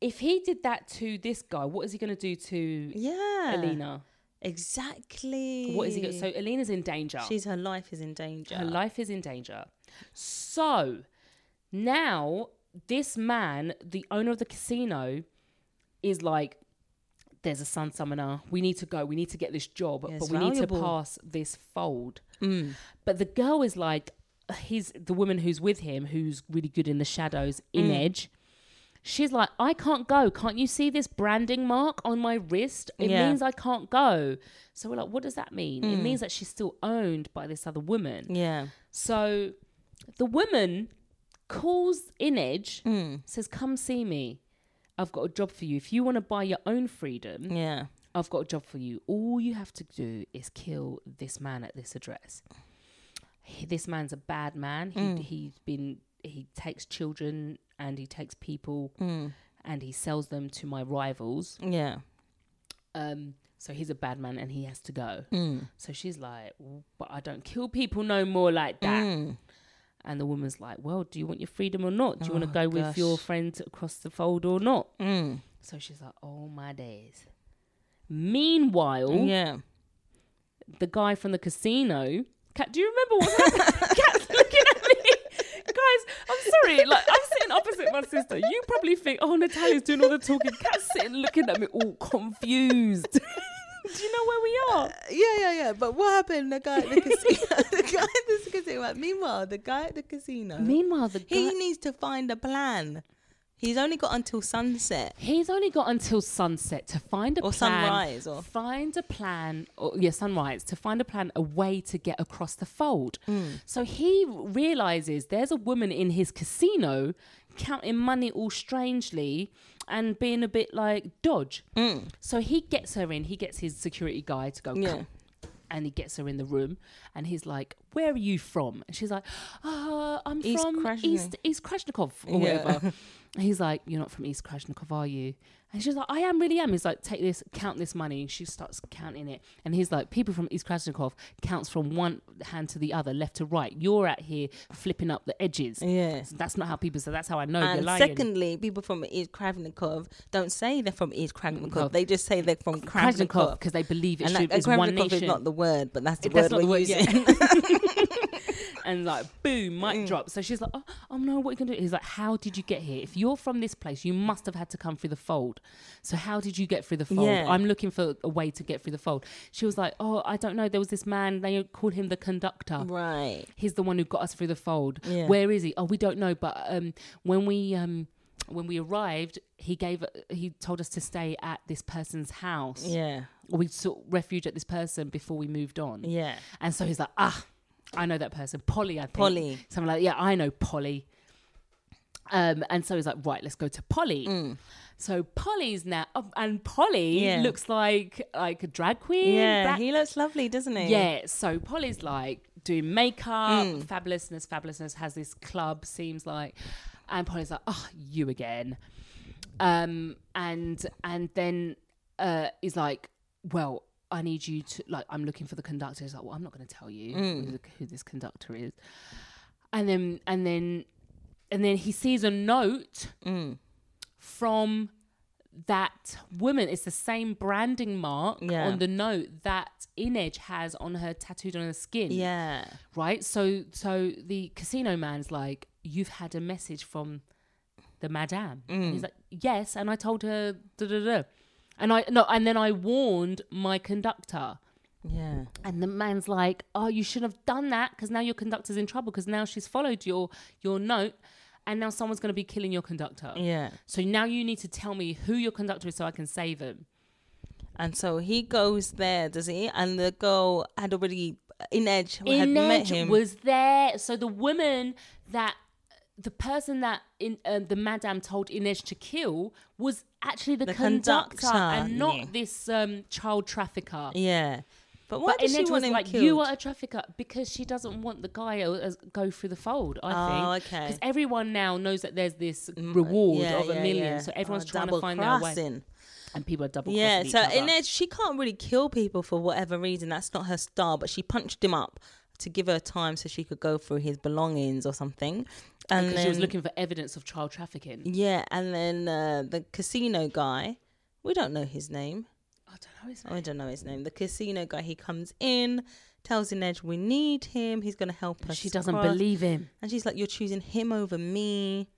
Speaker 1: if he did that to this guy, what is he going to do to
Speaker 2: yeah.
Speaker 1: Alina?
Speaker 2: Exactly.
Speaker 1: What is he going? So Alina's in danger.
Speaker 2: She's her life is in danger.
Speaker 1: Her life is in danger. So now this man, the owner of the casino, is like, "There's a sun summoner. We need to go. We need to get this job, but
Speaker 2: Yeah, it's
Speaker 1: we need to
Speaker 2: valuable.
Speaker 1: pass this fold."
Speaker 2: Mm.
Speaker 1: But the girl is like, "He's the woman who's with him, who's really good in the shadows, in edge." She's like, I can't go. Can't you see this branding mark on my wrist? It
Speaker 2: Yeah.
Speaker 1: means I can't go. So we're like, what does that mean? It means that she's still owned by this other woman.
Speaker 2: Yeah.
Speaker 1: So the woman calls Inage, says, Come see me. I've got a job for you. If you want to buy your own freedom,
Speaker 2: Yeah.
Speaker 1: I've got a job for you. All you have to do is kill this man at this address. He- this man's a bad man. He, He's been, he takes children and he takes people and he sells them to my rivals.
Speaker 2: Yeah.
Speaker 1: Um, so he's a bad man and he has to go.
Speaker 2: Mm.
Speaker 1: So she's like, "W- but I don't kill people no more like that.
Speaker 2: Mm.
Speaker 1: And the woman's like, well, do you want your freedom or not? Do you want to go with your friend across the fold or not?
Speaker 2: Mm.
Speaker 1: So she's like, oh my days. Meanwhile,
Speaker 2: Yeah.
Speaker 1: the guy from the casino. Kat, do you remember what happened? Kat's looking at me. Guys, I'm sorry. Like I'm sitting opposite my sister. You probably think, oh, Natalia's doing all the talking. Kat's sitting looking at me, all confused. do you know where we are?
Speaker 2: Yeah, yeah, yeah. But what happened? The guy at the casino. the guy at the casino. Meanwhile, the guy at the casino.
Speaker 1: Meanwhile, the guy.
Speaker 2: He needs to find a plan. He's only got until sunset.
Speaker 1: He's only got until sunset to find a plan,
Speaker 2: Or sunrise, or-
Speaker 1: find a plan, or yeah, sunrise to find a plan, a way to get across the fold.
Speaker 2: Hmm.
Speaker 1: So he realizes there's a woman in his casino counting money all strangely and being a bit like dodge. So he gets her in. He gets his security guy to go.
Speaker 2: Hmm. Yeah.
Speaker 1: "Come." And he gets her in the room, and he's like, "Where are you from?" And she's like, "Uh, I'm
Speaker 2: East
Speaker 1: from
Speaker 2: Krasny."
Speaker 1: East East Krasnikov or
Speaker 2: Yeah.
Speaker 1: whatever." And he's like, "You're not from East Krasnikov, are you?" And she's like, "I am, really am." He's like, "Take this, count this money." And she starts counting it, and he's like, "People from East Krasnikov counts from one hand to the other, left to right. You're out here flipping up the edges.
Speaker 2: Yeah.
Speaker 1: That's not how people say. That's how I know you're
Speaker 2: And
Speaker 1: lying."
Speaker 2: secondly, people from East Kravnikov don't say they're from East Kravnikov. They just say they're from
Speaker 1: Krasnikov,
Speaker 2: Kravnikov.
Speaker 1: because they believe it
Speaker 2: And
Speaker 1: should,
Speaker 2: that,
Speaker 1: is one
Speaker 2: Kravnikov
Speaker 1: nation.
Speaker 2: is not the word, but that's the
Speaker 1: That's
Speaker 2: word
Speaker 1: not the
Speaker 2: we're
Speaker 1: word,
Speaker 2: using.
Speaker 1: yeah. and like boom, mic
Speaker 2: Mm.
Speaker 1: drop. So she's like, oh, oh no, what are you gonna do? He's like, how did you get here? If you're from this place, you must have had to come through the fold. So how did you get through the fold?
Speaker 2: Yeah.
Speaker 1: I'm looking for a way to get through the fold. She was like, oh, I don't know. There was this man. They called him the conductor.
Speaker 2: Right.
Speaker 1: He's the one who got us through the fold.
Speaker 2: Yeah.
Speaker 1: Where is he? Oh, we don't know. But um, when we um, when we arrived, he gave he told us to stay at this person's house.
Speaker 2: Yeah.
Speaker 1: We sought refuge at this person before we moved on.
Speaker 2: Yeah.
Speaker 1: And so he's like, ah, I know that person, Polly. I think.
Speaker 2: Polly.
Speaker 1: Something like, yeah, I know Polly. Um, and so he's like, right, let's go to Polly. So Polly's now, oh, and Polly
Speaker 2: Mm. Yeah.
Speaker 1: looks like like a drag queen.
Speaker 2: Yeah.
Speaker 1: black-
Speaker 2: he looks lovely, doesn't he?
Speaker 1: yeah. So Polly's like doing makeup, fabulousness, fabulousness has this club. Seems like, and Polly's like, oh, you again. Um, and and then uh, he's like, well, I need you to like, I'm looking for the conductor. He's like, well, I'm not going to tell you who, the- who this conductor is. And then and then and then he sees a note from that woman. It's the same branding mark
Speaker 2: Yeah.
Speaker 1: on the note that Inedge has on her tattooed on her skin.
Speaker 2: Yeah.
Speaker 1: Right? So so the casino man's like, You've had a message from the madame. And he's like, Yes, and I told her da da da. And I no, and then I warned my conductor.
Speaker 2: Yeah.
Speaker 1: And the man's like, "Oh, you shouldn't have done that because now your conductor's in trouble because now she's followed your your note, and now someone's going to be killing your conductor.
Speaker 2: Yeah.
Speaker 1: So now you need to tell me who your conductor is so I can save him."
Speaker 2: And so he goes there, does he? And the girl had already in Edge had met
Speaker 1: Inedge
Speaker 2: him.
Speaker 1: was there, so the woman that the person that in um, the madam told Inedge to kill was actually the,
Speaker 2: The
Speaker 1: conductor,
Speaker 2: conductor,
Speaker 1: and not
Speaker 2: yeah.
Speaker 1: this um, child trafficker.
Speaker 2: yeah. But why
Speaker 1: but
Speaker 2: does she
Speaker 1: Inedge
Speaker 2: want
Speaker 1: was
Speaker 2: him
Speaker 1: like,
Speaker 2: killed?
Speaker 1: "You are a trafficker," because she doesn't want the guy to uh, go through the fold. I
Speaker 2: Oh,
Speaker 1: think.
Speaker 2: okay. Mm, uh,
Speaker 1: Because everyone now knows that there's this reward
Speaker 2: Yeah,
Speaker 1: of a
Speaker 2: yeah,
Speaker 1: million,
Speaker 2: yeah.
Speaker 1: so everyone's
Speaker 2: Oh,
Speaker 1: trying to
Speaker 2: double
Speaker 1: find their way,
Speaker 2: crossing.
Speaker 1: and people are double
Speaker 2: Yeah,
Speaker 1: crossing
Speaker 2: so
Speaker 1: each other.
Speaker 2: Inez, she can't really kill people for whatever reason. That's not her style, but she punched him up to give her time so she could go through his belongings or something. And
Speaker 1: because
Speaker 2: then,
Speaker 1: she was looking for evidence of child trafficking.
Speaker 2: yeah, and then uh, the casino guy, we don't know his name. Oh,
Speaker 1: I don't know. His
Speaker 2: I don't know his name. The casino guy, he comes in, tells Inez we need him. He's going to help us.
Speaker 1: She doesn't
Speaker 2: cross."
Speaker 1: believe him.
Speaker 2: And she's like, you're choosing him over me.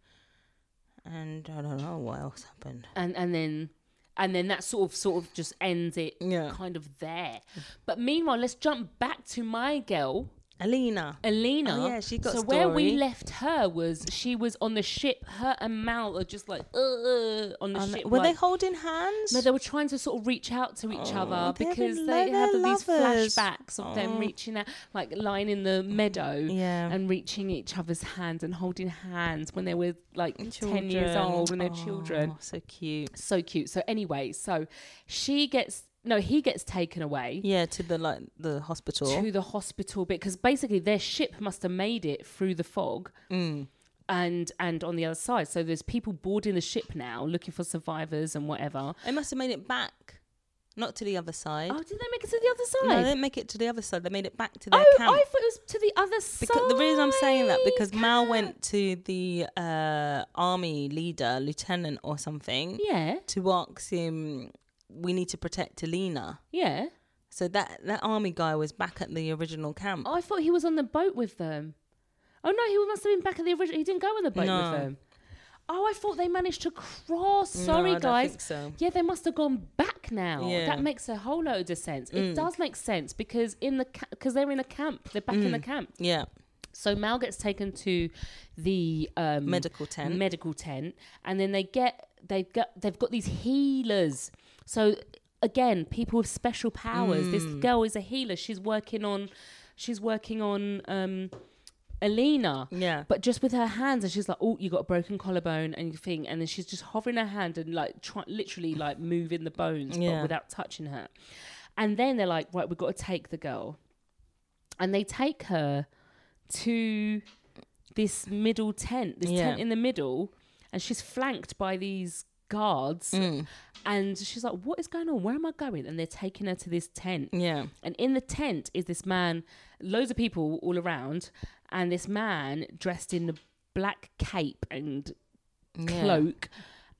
Speaker 2: And I don't know what else happened.
Speaker 1: and and then and then that sort of sort of just ends it
Speaker 2: Yeah.
Speaker 1: kind of there but meanwhile let's jump back to my girl
Speaker 2: Alina.
Speaker 1: Alina.
Speaker 2: Oh, yeah, she got
Speaker 1: So where we
Speaker 2: story.
Speaker 1: left her was she was on the ship. Her and Mal are just like uh, uh, on the
Speaker 2: Um,
Speaker 1: ship.
Speaker 2: were they
Speaker 1: like-
Speaker 2: holding hands?
Speaker 1: No, they were trying to sort of reach out to each other
Speaker 2: Oh, they're
Speaker 1: because
Speaker 2: in
Speaker 1: they
Speaker 2: love,
Speaker 1: have
Speaker 2: they're
Speaker 1: these
Speaker 2: lovers. Oh.
Speaker 1: flashbacks of them reaching out, like lying in the meadow
Speaker 2: Yeah.
Speaker 1: and reaching each other's hands and holding hands when they were like ten years
Speaker 2: Children.
Speaker 1: old when they're children.
Speaker 2: Oh, so cute.
Speaker 1: so cute. So anyway, so she gets no, he gets taken away
Speaker 2: Yeah, to the like the hospital.
Speaker 1: to the hospital because basically their ship must have made it through the fog.
Speaker 2: Mm.
Speaker 1: And and on the other side, so there's people boarding the ship now, looking for survivors and whatever.
Speaker 2: they must have made it back, not to the other side.
Speaker 1: Oh, did they make it to the other
Speaker 2: no,
Speaker 1: side?
Speaker 2: they didn't make it to the other side. They made it back to their
Speaker 1: oh,
Speaker 2: camp.
Speaker 1: I thought it was to the other side.
Speaker 2: because the reason I'm saying that because Mal went to the uh, army leader, lieutenant or something,
Speaker 1: Yeah,
Speaker 2: to ask him, "We need to protect Alina."
Speaker 1: yeah.
Speaker 2: So that that army guy was back at the original camp.
Speaker 1: Oh, I thought he was on the boat with them. Oh no, he must have been back at the original. He didn't go on the boat
Speaker 2: No.
Speaker 1: with them. Oh, I thought they managed to cross.
Speaker 2: Mm. No,
Speaker 1: Sorry,
Speaker 2: I don't
Speaker 1: guys.
Speaker 2: think so.
Speaker 1: Yeah, they must have gone back now.
Speaker 2: Yeah. Mm.
Speaker 1: That makes a whole
Speaker 2: Mm.
Speaker 1: load of sense. It does make sense because in the because they're in a camp. They're back in the camp.
Speaker 2: Yeah,
Speaker 1: So Mal gets taken to the um,
Speaker 2: Medical tent.
Speaker 1: medical tent, and then they get they got they've got these healers. So again, people with special powers. This girl is a healer. She's working on she's working on um, Alina.
Speaker 2: yeah.
Speaker 1: But just with her hands, and she's like, "Oh, you got a broken collarbone," and you think, and then she's just hovering her hand and like, try, literally like moving the bones,
Speaker 2: Yeah.
Speaker 1: but without touching her. And then they're like, "Right, we've got to take the girl," and they take her to this middle tent, this
Speaker 2: Yeah.
Speaker 1: tent in the middle, and she's flanked by these guards,
Speaker 2: Mm.
Speaker 1: and she's like, "What is going on? Where am I going?" And they're taking her to this tent,
Speaker 2: yeah.
Speaker 1: and in the tent is this man, loads of people all around, and this man dressed in a black cape and
Speaker 2: Yeah.
Speaker 1: cloak,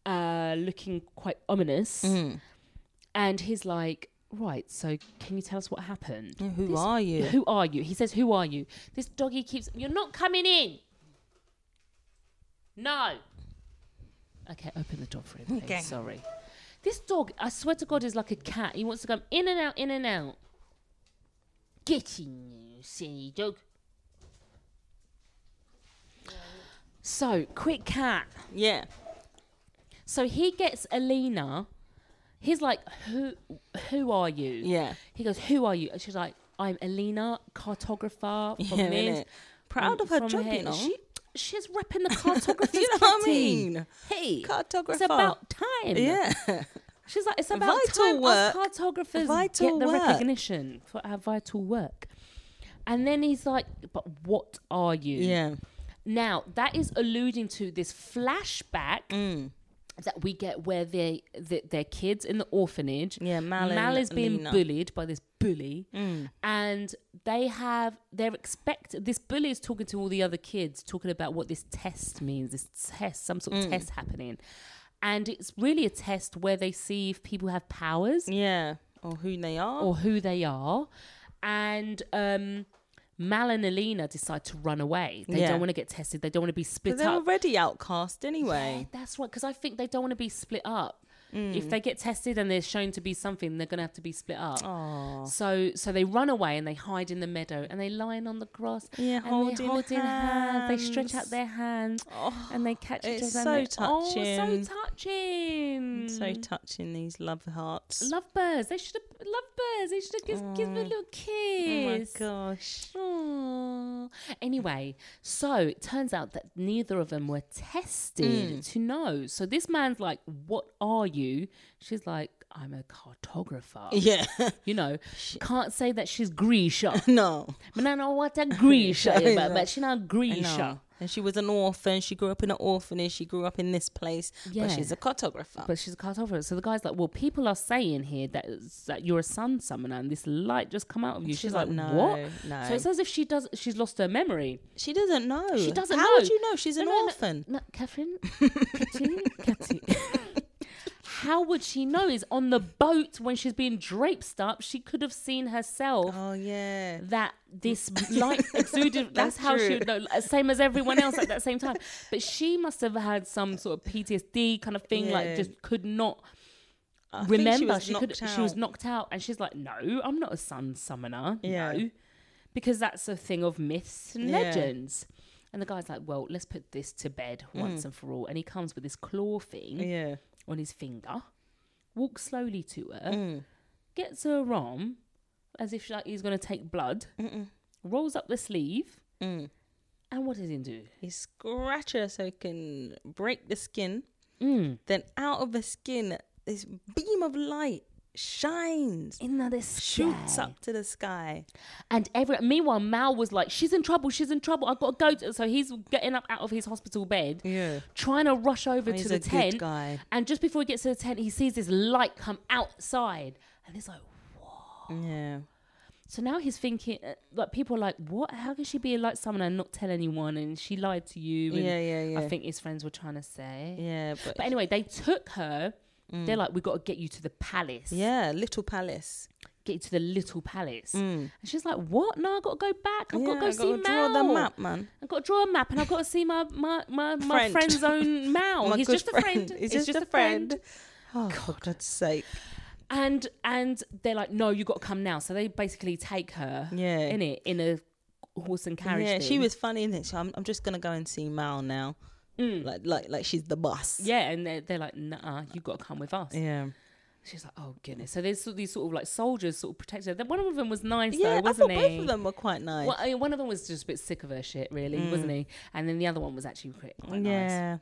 Speaker 1: uh, looking quite ominous.
Speaker 2: Mm.
Speaker 1: And he's like, Right, so can you tell us what happened?
Speaker 2: Yeah, Who
Speaker 1: This-
Speaker 2: are you?
Speaker 1: Who are you? He says, Who are you? This doggy keeps, You're not coming in. No. Okay, open the door for him. Please.
Speaker 2: Okay.
Speaker 1: Sorry. This dog, I swear to God, is like a cat. He wants to come in and out, in and out. Get in, you silly dog. So, quick cat.
Speaker 2: Yeah.
Speaker 1: So he gets Alina. He's like, who, who are you?
Speaker 2: Yeah.
Speaker 1: He goes, who are you? And she's like, I'm Alina, cartographer from
Speaker 2: yeah.
Speaker 1: this.
Speaker 2: innit? Proud of her
Speaker 1: from
Speaker 2: job,
Speaker 1: here."
Speaker 2: you know.
Speaker 1: She, she's repping the cartographer's
Speaker 2: you know what I
Speaker 1: kitty.
Speaker 2: mean?
Speaker 1: Hey,
Speaker 2: Cartographer.
Speaker 1: it's about time.
Speaker 2: yeah.
Speaker 1: She's like, it's about
Speaker 2: Vital
Speaker 1: time us
Speaker 2: work.
Speaker 1: cartographers
Speaker 2: Vital
Speaker 1: get the
Speaker 2: work.
Speaker 1: recognition for our vital work. And then he's like, but what are you?
Speaker 2: yeah.
Speaker 1: Now, that is alluding to this flashback
Speaker 2: Mm.
Speaker 1: that we get where they, the, their kids in the orphanage.
Speaker 2: Yeah, Mal and Mm.
Speaker 1: is being
Speaker 2: Alina.
Speaker 1: bullied by this bully, and they have they're expect this bully is talking to all the other kids, talking about what this test means, this test, some
Speaker 2: Mm.
Speaker 1: sort of test happening, and it's really a test where they see if people have powers
Speaker 2: Yeah. Or who they are.
Speaker 1: or who they are. And um, Mal and Alina decide to run away. They
Speaker 2: Yeah.
Speaker 1: don't want to get tested. They don't want to be
Speaker 2: But
Speaker 1: split
Speaker 2: they're
Speaker 1: up.
Speaker 2: already outcast anyway.
Speaker 1: Yeah, that's right. Because I think they don't want to be split up.
Speaker 2: Mm.
Speaker 1: If they get tested and they're shown to be something, they're going to have to be split up.
Speaker 2: Oh.
Speaker 1: So, so they run away and they hide in the meaw and they lying on the grass.
Speaker 2: Yeah,
Speaker 1: and
Speaker 2: holding
Speaker 1: they're holding hands. They stretch out
Speaker 2: hands. Oh,
Speaker 1: their hands and they catch each
Speaker 2: it's
Speaker 1: other. and
Speaker 2: so
Speaker 1: they- Oh,
Speaker 2: touching.
Speaker 1: so touching.
Speaker 2: So touching these love hearts.
Speaker 1: Lovebirds. They should have lovebirds. They should have give, give them a little
Speaker 2: oh my
Speaker 1: kiss.
Speaker 2: gosh.
Speaker 1: Aw. Anyway, so it turns out that neither of them were tested
Speaker 2: Mm.
Speaker 1: to know. So this man's like, "What are you?" She's like, "I'm a cartographer."
Speaker 2: Yeah.
Speaker 1: You know, can't say that she's Grisha.
Speaker 2: no.
Speaker 1: Man, I know what a Grisha
Speaker 2: I
Speaker 1: is, but,
Speaker 2: know.
Speaker 1: but she's not
Speaker 2: I know.
Speaker 1: Grisha.
Speaker 2: And she was an orphan. She grew up in an orphanage. She grew up in this place.
Speaker 1: Yeah.
Speaker 2: But she's a cartographer.
Speaker 1: But she's a cartographer. So the guy's like, "Well, people are saying here that, that you're a sun summoner, and this light just come out of you." She's, like,
Speaker 2: no,
Speaker 1: "What?"
Speaker 2: No.
Speaker 1: So it's as if she does. She's lost her memory.
Speaker 2: she doesn't know.
Speaker 1: She doesn't
Speaker 2: How
Speaker 1: know.
Speaker 2: would you know? She's an
Speaker 1: No, no, no,
Speaker 2: orphan.
Speaker 1: No, Catherine, Catherine, Catherine. How would she know? Is on the boat when she's being draped up, she could have seen herself
Speaker 2: Oh, yeah.
Speaker 1: that this light exuded. that's
Speaker 2: That's
Speaker 1: how she
Speaker 2: true.
Speaker 1: would know. like, Same as everyone else at that same time. But she must have had some sort of PTSD kind of thing. Like
Speaker 2: Yeah.
Speaker 1: just could not
Speaker 2: I think
Speaker 1: remember.
Speaker 2: was
Speaker 1: she could.
Speaker 2: knocked
Speaker 1: She was
Speaker 2: out.
Speaker 1: knocked out, and she's like, "No, I'm not a sun summoner.
Speaker 2: Yeah.
Speaker 1: No." because that's a thing of myths and
Speaker 2: Yeah.
Speaker 1: legends. And the guy's like, well, let's put this to bed once and for all. And he comes with this claw thing
Speaker 2: Hmm. Yeah.
Speaker 1: on his finger, walks slowly to her,
Speaker 2: Hmm. Mm.
Speaker 1: gets her arm as if like, he's going to take blood, rolls up the sleeve,
Speaker 2: Mm.
Speaker 1: and what does he do?
Speaker 2: He scratched her so he can break the skin.
Speaker 1: Mm.
Speaker 2: Then out of the skin, this beam of light shines,
Speaker 1: In the sky.
Speaker 2: shoots up to the sky.
Speaker 1: And every meanwhile, Mal was like, "She's in trouble. She's in trouble. I've got to go." To-. So he's getting up out of his hospital bed,
Speaker 2: Yeah.
Speaker 1: trying to rush over
Speaker 2: He's
Speaker 1: to the
Speaker 2: a good
Speaker 1: tent.
Speaker 2: guy.
Speaker 1: And just before he gets to the tent, he sees this light come outside, and he's like, Oh,
Speaker 2: Yeah.
Speaker 1: so now he's thinking, uh, like people are like, what? How can she be a light summoner and not tell anyone? And she lied to you. And
Speaker 2: Yeah, yeah, yeah.
Speaker 1: I think his friends were trying to say.
Speaker 2: Yeah. But,
Speaker 1: But anyway, they took her. They're like, we got to get you to the palace.
Speaker 2: yeah, Little Palace.
Speaker 1: Get you to the little palace. And she's like, what? No, I've got to go back. I've got to
Speaker 2: Mm. Yeah,
Speaker 1: go
Speaker 2: I
Speaker 1: see
Speaker 2: gotta
Speaker 1: Mal.
Speaker 2: Draw the map, man.
Speaker 1: I've got to draw a map and I've got to see my my, my, my
Speaker 2: Friend.
Speaker 1: friend's own Mal.
Speaker 2: My
Speaker 1: He's
Speaker 2: good
Speaker 1: just a friend.
Speaker 2: Oh, He's just, a friend. Oh, for God's sake.
Speaker 1: and and they're like, no, you got to come now. So they basically take her,
Speaker 2: Yeah.
Speaker 1: in it in a horse and carriage.
Speaker 2: yeah, she
Speaker 1: thing.
Speaker 2: was funny in it. So I'm, I'm just gonna go and see Mal now.
Speaker 1: Mm.
Speaker 2: Like, like, like she's the boss.
Speaker 1: Yeah, and they're, they're like, nah, you got to come with us.
Speaker 2: yeah.
Speaker 1: She's like, oh goodness. So there's sort of these sort of like soldiers sort of protect her. Then One of them was nice
Speaker 2: yeah
Speaker 1: though,
Speaker 2: I
Speaker 1: wasn't
Speaker 2: thought
Speaker 1: he?
Speaker 2: both of them were quite nice. Mm.
Speaker 1: Well, I mean, one of them was just a bit sick of her shit, really, wasn't he? And then the other one was actually quite,
Speaker 2: oh,
Speaker 1: quite nice.
Speaker 2: yeah.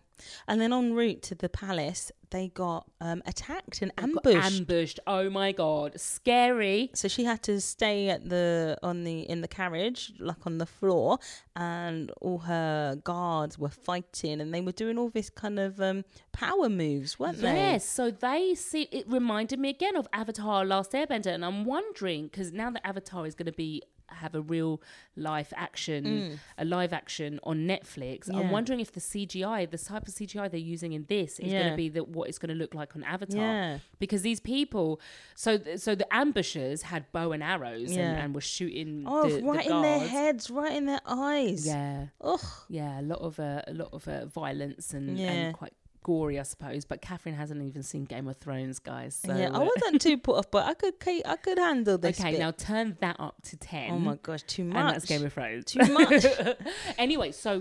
Speaker 2: And then en route to the palace, they got um, attacked and
Speaker 1: Got
Speaker 2: ambushed.
Speaker 1: Ambushed. Oh my god, scary.
Speaker 2: so she had to stay at the on the in the carriage like on the floor and all her guards were fighting and they were doing all this kind of um power moves weren't
Speaker 1: Yes, so they see it reminded me again of Avatar Last Airbender, and I'm wondering because now that Avatar is going to be have a real life action, a live action on Netflix,
Speaker 2: Mm. Yeah.
Speaker 1: I'm wondering if the CGI, the type of CGI they're using in this, is going
Speaker 2: Yeah.
Speaker 1: to be that what it's going to look like on
Speaker 2: they
Speaker 1: Avatar.
Speaker 2: yeah
Speaker 1: Because these people, so th- so the ambushers had bow and arrows and,
Speaker 2: Yeah.
Speaker 1: and were shooting.
Speaker 2: oh
Speaker 1: the, the
Speaker 2: right in their
Speaker 1: guards.
Speaker 2: heads right in their eyes
Speaker 1: Yeah,
Speaker 2: Ugh.
Speaker 1: yeah, a lot of uh, a lot of uh, violence and,
Speaker 2: Yeah.
Speaker 1: and quite gory, I suppose. But Catherine hasn't even seen Game of Thrones, guys. So,
Speaker 2: yeah, I
Speaker 1: uh,
Speaker 2: wasn't too put off, but I could, ca- I could handle this.
Speaker 1: okay,
Speaker 2: bit.
Speaker 1: now turn that up to ten.
Speaker 2: oh my gosh, too
Speaker 1: and that's
Speaker 2: much.
Speaker 1: Game of Thrones.
Speaker 2: Too much.
Speaker 1: anyway, so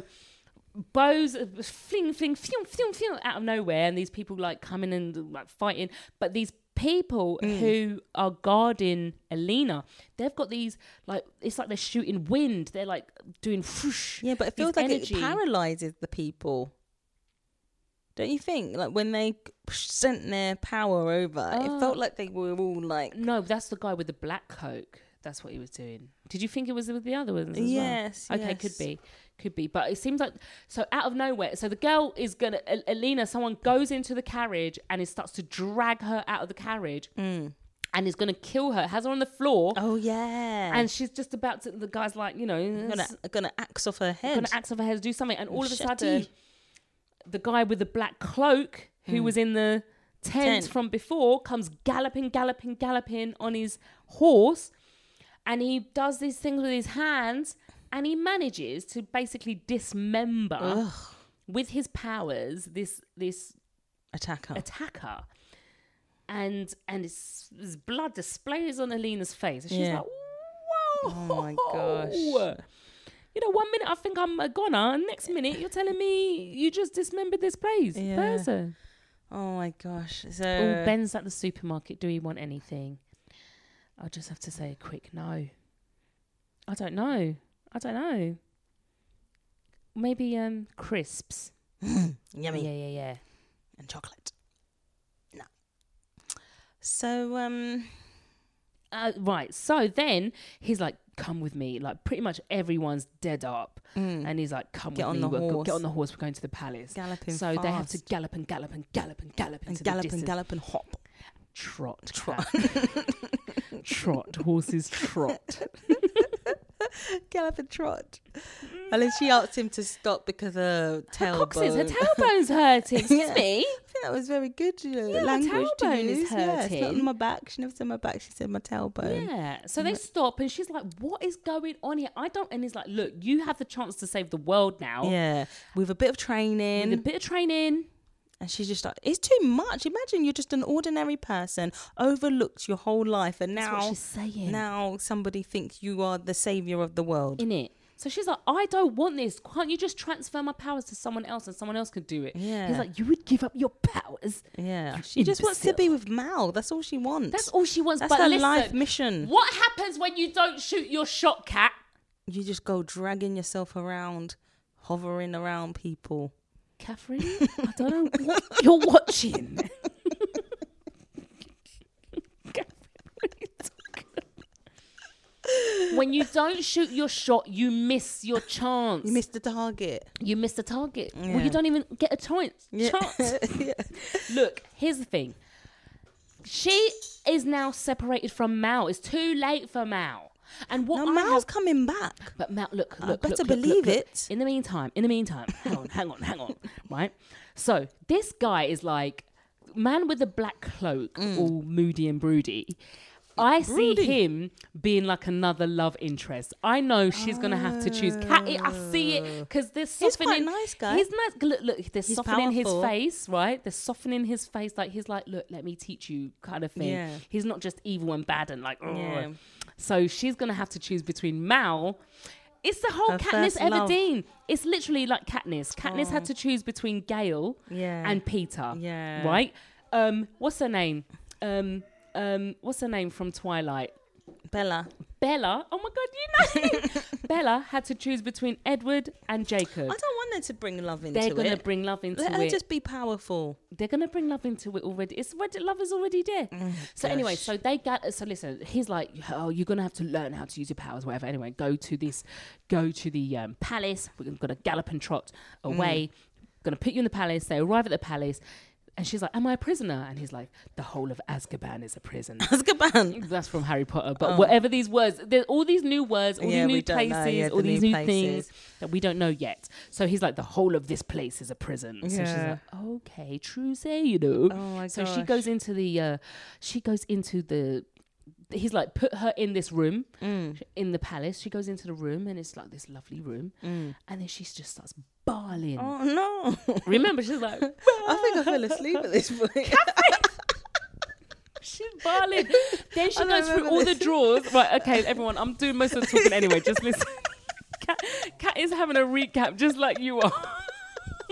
Speaker 1: bows uh, fling fling fium, fium, fium, out of nowhere and these people like coming and like fighting but these people
Speaker 2: Mm.
Speaker 1: who are guarding Alina they've got these like it's like they're shooting wind they're like doing whoosh
Speaker 2: yeah, but it
Speaker 1: these
Speaker 2: feels like
Speaker 1: energy.
Speaker 2: it paralyzes the people. Don't you think? Like when they sent their power over,
Speaker 1: Oh.
Speaker 2: it felt like they were all like,
Speaker 1: no that's the guy with the black coat that's what he was doing did you think it was with the other ones as well?
Speaker 2: yes,
Speaker 1: Okay, could
Speaker 2: yes.
Speaker 1: be, could be, but it seems like so out of nowhere. So the girl is gonna Al- Alina. Someone goes into the carriage and it starts to drag her out of the carriage and is gonna kill her. Has her on the floor
Speaker 2: Mm. Oh yeah,
Speaker 1: and she's just about to. The guy's like, you know,
Speaker 2: gonna
Speaker 1: s-
Speaker 2: gonna axe off her head.
Speaker 1: gonna axe of her head to do something, and all of a
Speaker 2: Machete.
Speaker 1: sudden, the guy with the black cloak who was in the tent,
Speaker 2: Hmm. Tent.
Speaker 1: from before comes galloping, galloping, galloping on his horse, and he does these things with his hands, and he manages to basically dismember
Speaker 2: Ugh,
Speaker 1: with his powers this this
Speaker 2: attack her.
Speaker 1: attacker. And and his, his blood displays on Alina's face. And she's
Speaker 2: Yeah.
Speaker 1: like, whoa.
Speaker 2: Oh my gosh.
Speaker 1: You know, one minute I think I'm a goner, and next minute you're telling me you just dismembered this place.
Speaker 2: Yeah.
Speaker 1: Person.
Speaker 2: Oh my gosh. So
Speaker 1: oh, Ben's at the supermarket. Do we want anything? I'll just have to say a quick no. I don't know. I don't know. Maybe um crisps.
Speaker 2: yummy
Speaker 1: Yeah, yeah, yeah.
Speaker 2: and chocolate. No. So um,
Speaker 1: uh, right. So then he's like, "Come with me." Like pretty much everyone's dead up, and he's like, "Come
Speaker 2: Mm. Get
Speaker 1: with
Speaker 2: on
Speaker 1: me.
Speaker 2: the
Speaker 1: we're go-
Speaker 2: horse."
Speaker 1: Get on the horse. We're going to the palace."
Speaker 2: galloping.
Speaker 1: so they have to
Speaker 2: fast
Speaker 1: gallop and gallop and gallop and gallop into
Speaker 2: and
Speaker 1: the
Speaker 2: gallop and
Speaker 1: distance.
Speaker 2: gallop and hop.
Speaker 1: Trot, trot, trot. Horses trot.
Speaker 2: Gallop and trot. And then she asked him to stop because Mm. her
Speaker 1: Her
Speaker 2: tailbone.
Speaker 1: coccyx, her tailbone's hurting. Excuse
Speaker 2: Yeah.
Speaker 1: me.
Speaker 2: I think that was very good. You know,
Speaker 1: Yeah, her
Speaker 2: language to
Speaker 1: tailbone is
Speaker 2: use. Yeah, it's not
Speaker 1: hurting.
Speaker 2: my back. She never said my back. She said my tailbone.
Speaker 1: Yeah. So
Speaker 2: Mm.
Speaker 1: they stop, and she's like, "What is going on here?" I don't. And he's like, "Look, you have the chance to save the world now.
Speaker 2: Yeah, with a bit of training,
Speaker 1: With a bit of training,
Speaker 2: and she's just like, it's too much. Imagine you're just an ordinary person, overlooked your whole life, and
Speaker 1: that's what
Speaker 2: now
Speaker 1: she's saying.
Speaker 2: now somebody thinks you are the savior of the world.
Speaker 1: in it. So she's like, I don't want this. Can't you just transfer my powers to someone else and someone else could do it?
Speaker 2: Yeah.
Speaker 1: He's like, you would give up your powers.
Speaker 2: Yeah,
Speaker 1: You
Speaker 2: she just wants to
Speaker 1: imbecile.
Speaker 2: be with Mal. That's all she wants.
Speaker 1: That's all she wants.
Speaker 2: That's
Speaker 1: but
Speaker 2: her
Speaker 1: listen,
Speaker 2: life mission.
Speaker 1: What happens when you don't shoot your shot, cat?
Speaker 2: You just go dragging yourself around, hovering around people.
Speaker 1: Catherine, I don't know what you're watching. Catherine, what are you talking about? When you don't shoot your shot, you miss your chance.
Speaker 2: You missed the target.
Speaker 1: You miss the target. Well,
Speaker 2: Yeah.
Speaker 1: you don't even get a chance. Chance.
Speaker 2: yeah.
Speaker 1: Look, here's the thing. She is now separated from Mal. It's too late for Mal. And what
Speaker 2: Now
Speaker 1: I
Speaker 2: Mal's
Speaker 1: have,
Speaker 2: coming back.
Speaker 1: but Mal, look,
Speaker 2: I
Speaker 1: look, look,
Speaker 2: better
Speaker 1: look, look,
Speaker 2: believe
Speaker 1: look.
Speaker 2: it.
Speaker 1: In the meantime, in the meantime, hang on, hang on, hang on. Right. So this guy is like man with the black cloak, all moody and broody. I
Speaker 2: Mm. Broody.
Speaker 1: see him being like another love interest. I know she's gonna have to choose Cat. I see it because they're
Speaker 2: Oh. He's
Speaker 1: softening.
Speaker 2: quite nice guy.
Speaker 1: He's nice. Look, look they're
Speaker 2: He's
Speaker 1: softening
Speaker 2: powerful.
Speaker 1: his face, right? They're softening his face. Like he's like, look, let me teach you, kind of thing.
Speaker 2: Yeah.
Speaker 1: He's not just evil and bad and like. "Ugh."
Speaker 2: Yeah.
Speaker 1: So she's gonna have to choose between Mal It's the whole
Speaker 2: Her
Speaker 1: Katniss
Speaker 2: first love. Oh.
Speaker 1: Everdeen. It's literally like Katniss. Katniss had to choose between Gail
Speaker 2: Yeah.
Speaker 1: and Peter.
Speaker 2: Yeah.
Speaker 1: Right? Um, what's her name? Um, um, what's her name from Twilight?
Speaker 2: Bella.
Speaker 1: Bella. Oh my God, you know. Bella had to choose between Edward and
Speaker 2: I
Speaker 1: Jacob.
Speaker 2: don't want her to bring love into
Speaker 1: They're
Speaker 2: it.
Speaker 1: going to bring love into
Speaker 2: Let
Speaker 1: it.
Speaker 2: her just be powerful.
Speaker 1: They're going to bring love into it already. It's already, love is already there. so anyway, so they got, so listen, he's like, oh, you're going to have to learn how to use your powers, whatever. Anyway, go to this, go to the um, palace. We're going to gallop and trot away. Going to put you in the palace. They arrive at the palace. And she's like, am I a prisoner? And he's like, the whole of Azkaban is a prison.
Speaker 2: Azkaban.
Speaker 1: That's from Harry Potter. But whatever these words, there- all these new words, all
Speaker 2: Oh. Yeah,
Speaker 1: these new
Speaker 2: we don't
Speaker 1: places,
Speaker 2: know, yeah,
Speaker 1: all
Speaker 2: the
Speaker 1: these
Speaker 2: new
Speaker 1: new
Speaker 2: places.
Speaker 1: things that we don't know yet. So he's like, the whole of this place is a prison. So she's
Speaker 2: Yeah.
Speaker 1: like, okay, true say, you know.
Speaker 2: Oh my
Speaker 1: so she
Speaker 2: gosh.
Speaker 1: goes into the, uh, she goes into the. He's like put her in this room
Speaker 2: Mm.
Speaker 1: in the palace. She goes into the room and it's like this lovely room, and then she just starts bawling.
Speaker 2: Mm. Oh no.
Speaker 1: Remember, she's like,
Speaker 2: I think I fell asleep at this point.
Speaker 1: She's barling. Then she
Speaker 2: I don't
Speaker 1: goes through
Speaker 2: remember
Speaker 1: all
Speaker 2: this.
Speaker 1: the drawers. Right, okay, everyone, I'm doing most of the talking anyway. Just listen. Kat, Kat is having a recap, just like you are.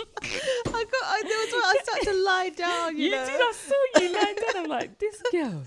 Speaker 2: I got. I, there was one, I started to lie down. You,
Speaker 1: You
Speaker 2: know?
Speaker 1: did. I saw you lying down. I'm like, this girl.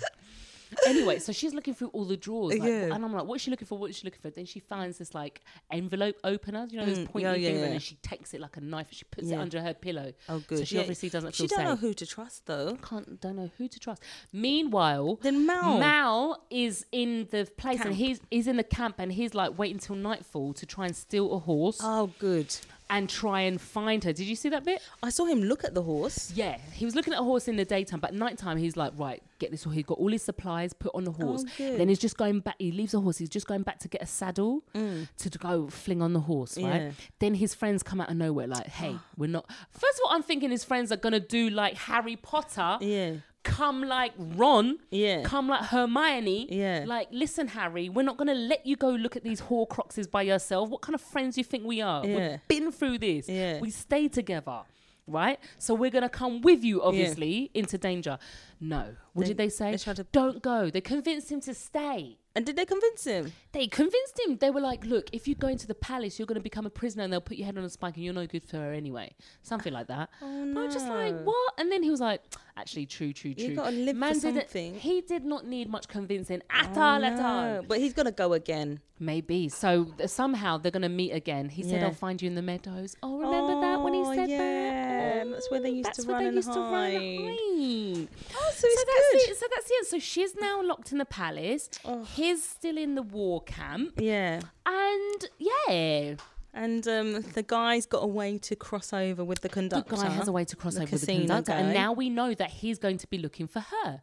Speaker 1: Anyway, so she's looking through all the drawers, like,
Speaker 2: Yeah.
Speaker 1: and I'm like, "What's she looking for? What's she looking for?" Then she finds this like envelope opener, you know, this
Speaker 2: Mm,
Speaker 1: pointy
Speaker 2: yeah,
Speaker 1: thing,
Speaker 2: yeah, yeah.
Speaker 1: and she takes it like a knife and she puts it
Speaker 2: Yeah.
Speaker 1: under her pillow.
Speaker 2: Oh, good.
Speaker 1: So she
Speaker 2: Yeah.
Speaker 1: obviously doesn't
Speaker 2: She
Speaker 1: feel
Speaker 2: don't
Speaker 1: safe.
Speaker 2: know who to trust though.
Speaker 1: Can't don't know who to trust. Meanwhile,
Speaker 2: Then Mal.
Speaker 1: Mal is in the place and
Speaker 2: Camp.
Speaker 1: he's he's in the camp and he's like waiting till nightfall to try and steal a horse
Speaker 2: Oh, good.
Speaker 1: and try and find her. Did you see that bit?
Speaker 2: I saw him look at the horse.
Speaker 1: Yeah, he was looking at a horse in the daytime, but nighttime he's like, right, get this. horse. He's got all his supplies put on the horse.
Speaker 2: Oh, good.
Speaker 1: then he's just going back. He leaves the horse. He's just going back to get a saddle to d- go fling on the horse, right?
Speaker 2: Mm. Yeah.
Speaker 1: Then his friends come out of nowhere, like, hey, we're not. First of all, I'm thinking his friends are gonna do like Harry Potter
Speaker 2: Yeah.
Speaker 1: come like Ron,
Speaker 2: Yeah.
Speaker 1: come like Hermione,
Speaker 2: Yeah.
Speaker 1: like listen, Harry, we're not gonna let you go look at these Horcruxes by yourself. What kind of friends do you think we are?
Speaker 2: Yeah.
Speaker 1: We've been through this.
Speaker 2: Yeah.
Speaker 1: We stay together, right? So we're gonna come with you, obviously, into danger. No, what
Speaker 2: They-
Speaker 1: did they say?
Speaker 2: they tried to-
Speaker 1: Don't go. They convinced him to stay.
Speaker 2: And did they convince him?
Speaker 1: They convinced him. They were like, "Look, if you go into the palace, you're going to become a prisoner, and they'll put your head on a spike, and you're no good for her anyway." Something like that. But I was just like,
Speaker 2: Oh, no.
Speaker 1: "What?" And then he was like, "Actually, true, true, true."
Speaker 2: You gotta live for
Speaker 1: didn't-
Speaker 2: something.
Speaker 1: He did not need much convincing at all, at all.
Speaker 2: No, But he's gonna go again.
Speaker 1: Maybe. So th- somehow they're going to meet again. He said,
Speaker 2: Yeah.
Speaker 1: "I'll find you in the meadows." Oh, remember that when he
Speaker 2: Oh,
Speaker 1: said
Speaker 2: yeah. Um,
Speaker 1: that? Oh,
Speaker 2: That's where they used to
Speaker 1: that's where
Speaker 2: run
Speaker 1: they
Speaker 2: and
Speaker 1: used to run
Speaker 2: hide.
Speaker 1: and hide
Speaker 2: Oh, so
Speaker 1: so
Speaker 2: it's
Speaker 1: that's
Speaker 2: good.
Speaker 1: it. So that's it. So she's now locked in the palace.
Speaker 2: Oh.
Speaker 1: He's still in the war camp,
Speaker 2: Yeah.
Speaker 1: and yeah,
Speaker 2: And um, the guy's got a way to cross over with the
Speaker 1: the
Speaker 2: conductor.
Speaker 1: guy has a way to cross
Speaker 2: the
Speaker 1: over with the
Speaker 2: casino
Speaker 1: conductor, and
Speaker 2: guy.
Speaker 1: now we know that he's going to be looking for her.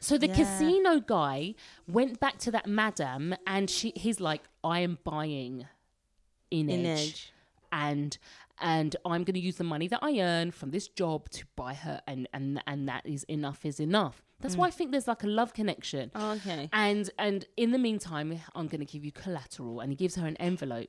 Speaker 1: So the
Speaker 2: Yeah.
Speaker 1: casino guy went back to that madam, and she he's like, "I am buying in
Speaker 2: in
Speaker 1: edge,
Speaker 2: edge.
Speaker 1: and." And I'm going to use the money that I earn from this job to buy her, and and and that is enough is enough. That's
Speaker 2: Mm.
Speaker 1: why I think there's like a love connection.
Speaker 2: Oh, okay.
Speaker 1: And and in the meantime, I'm going to give you collateral. And he gives her an envelope.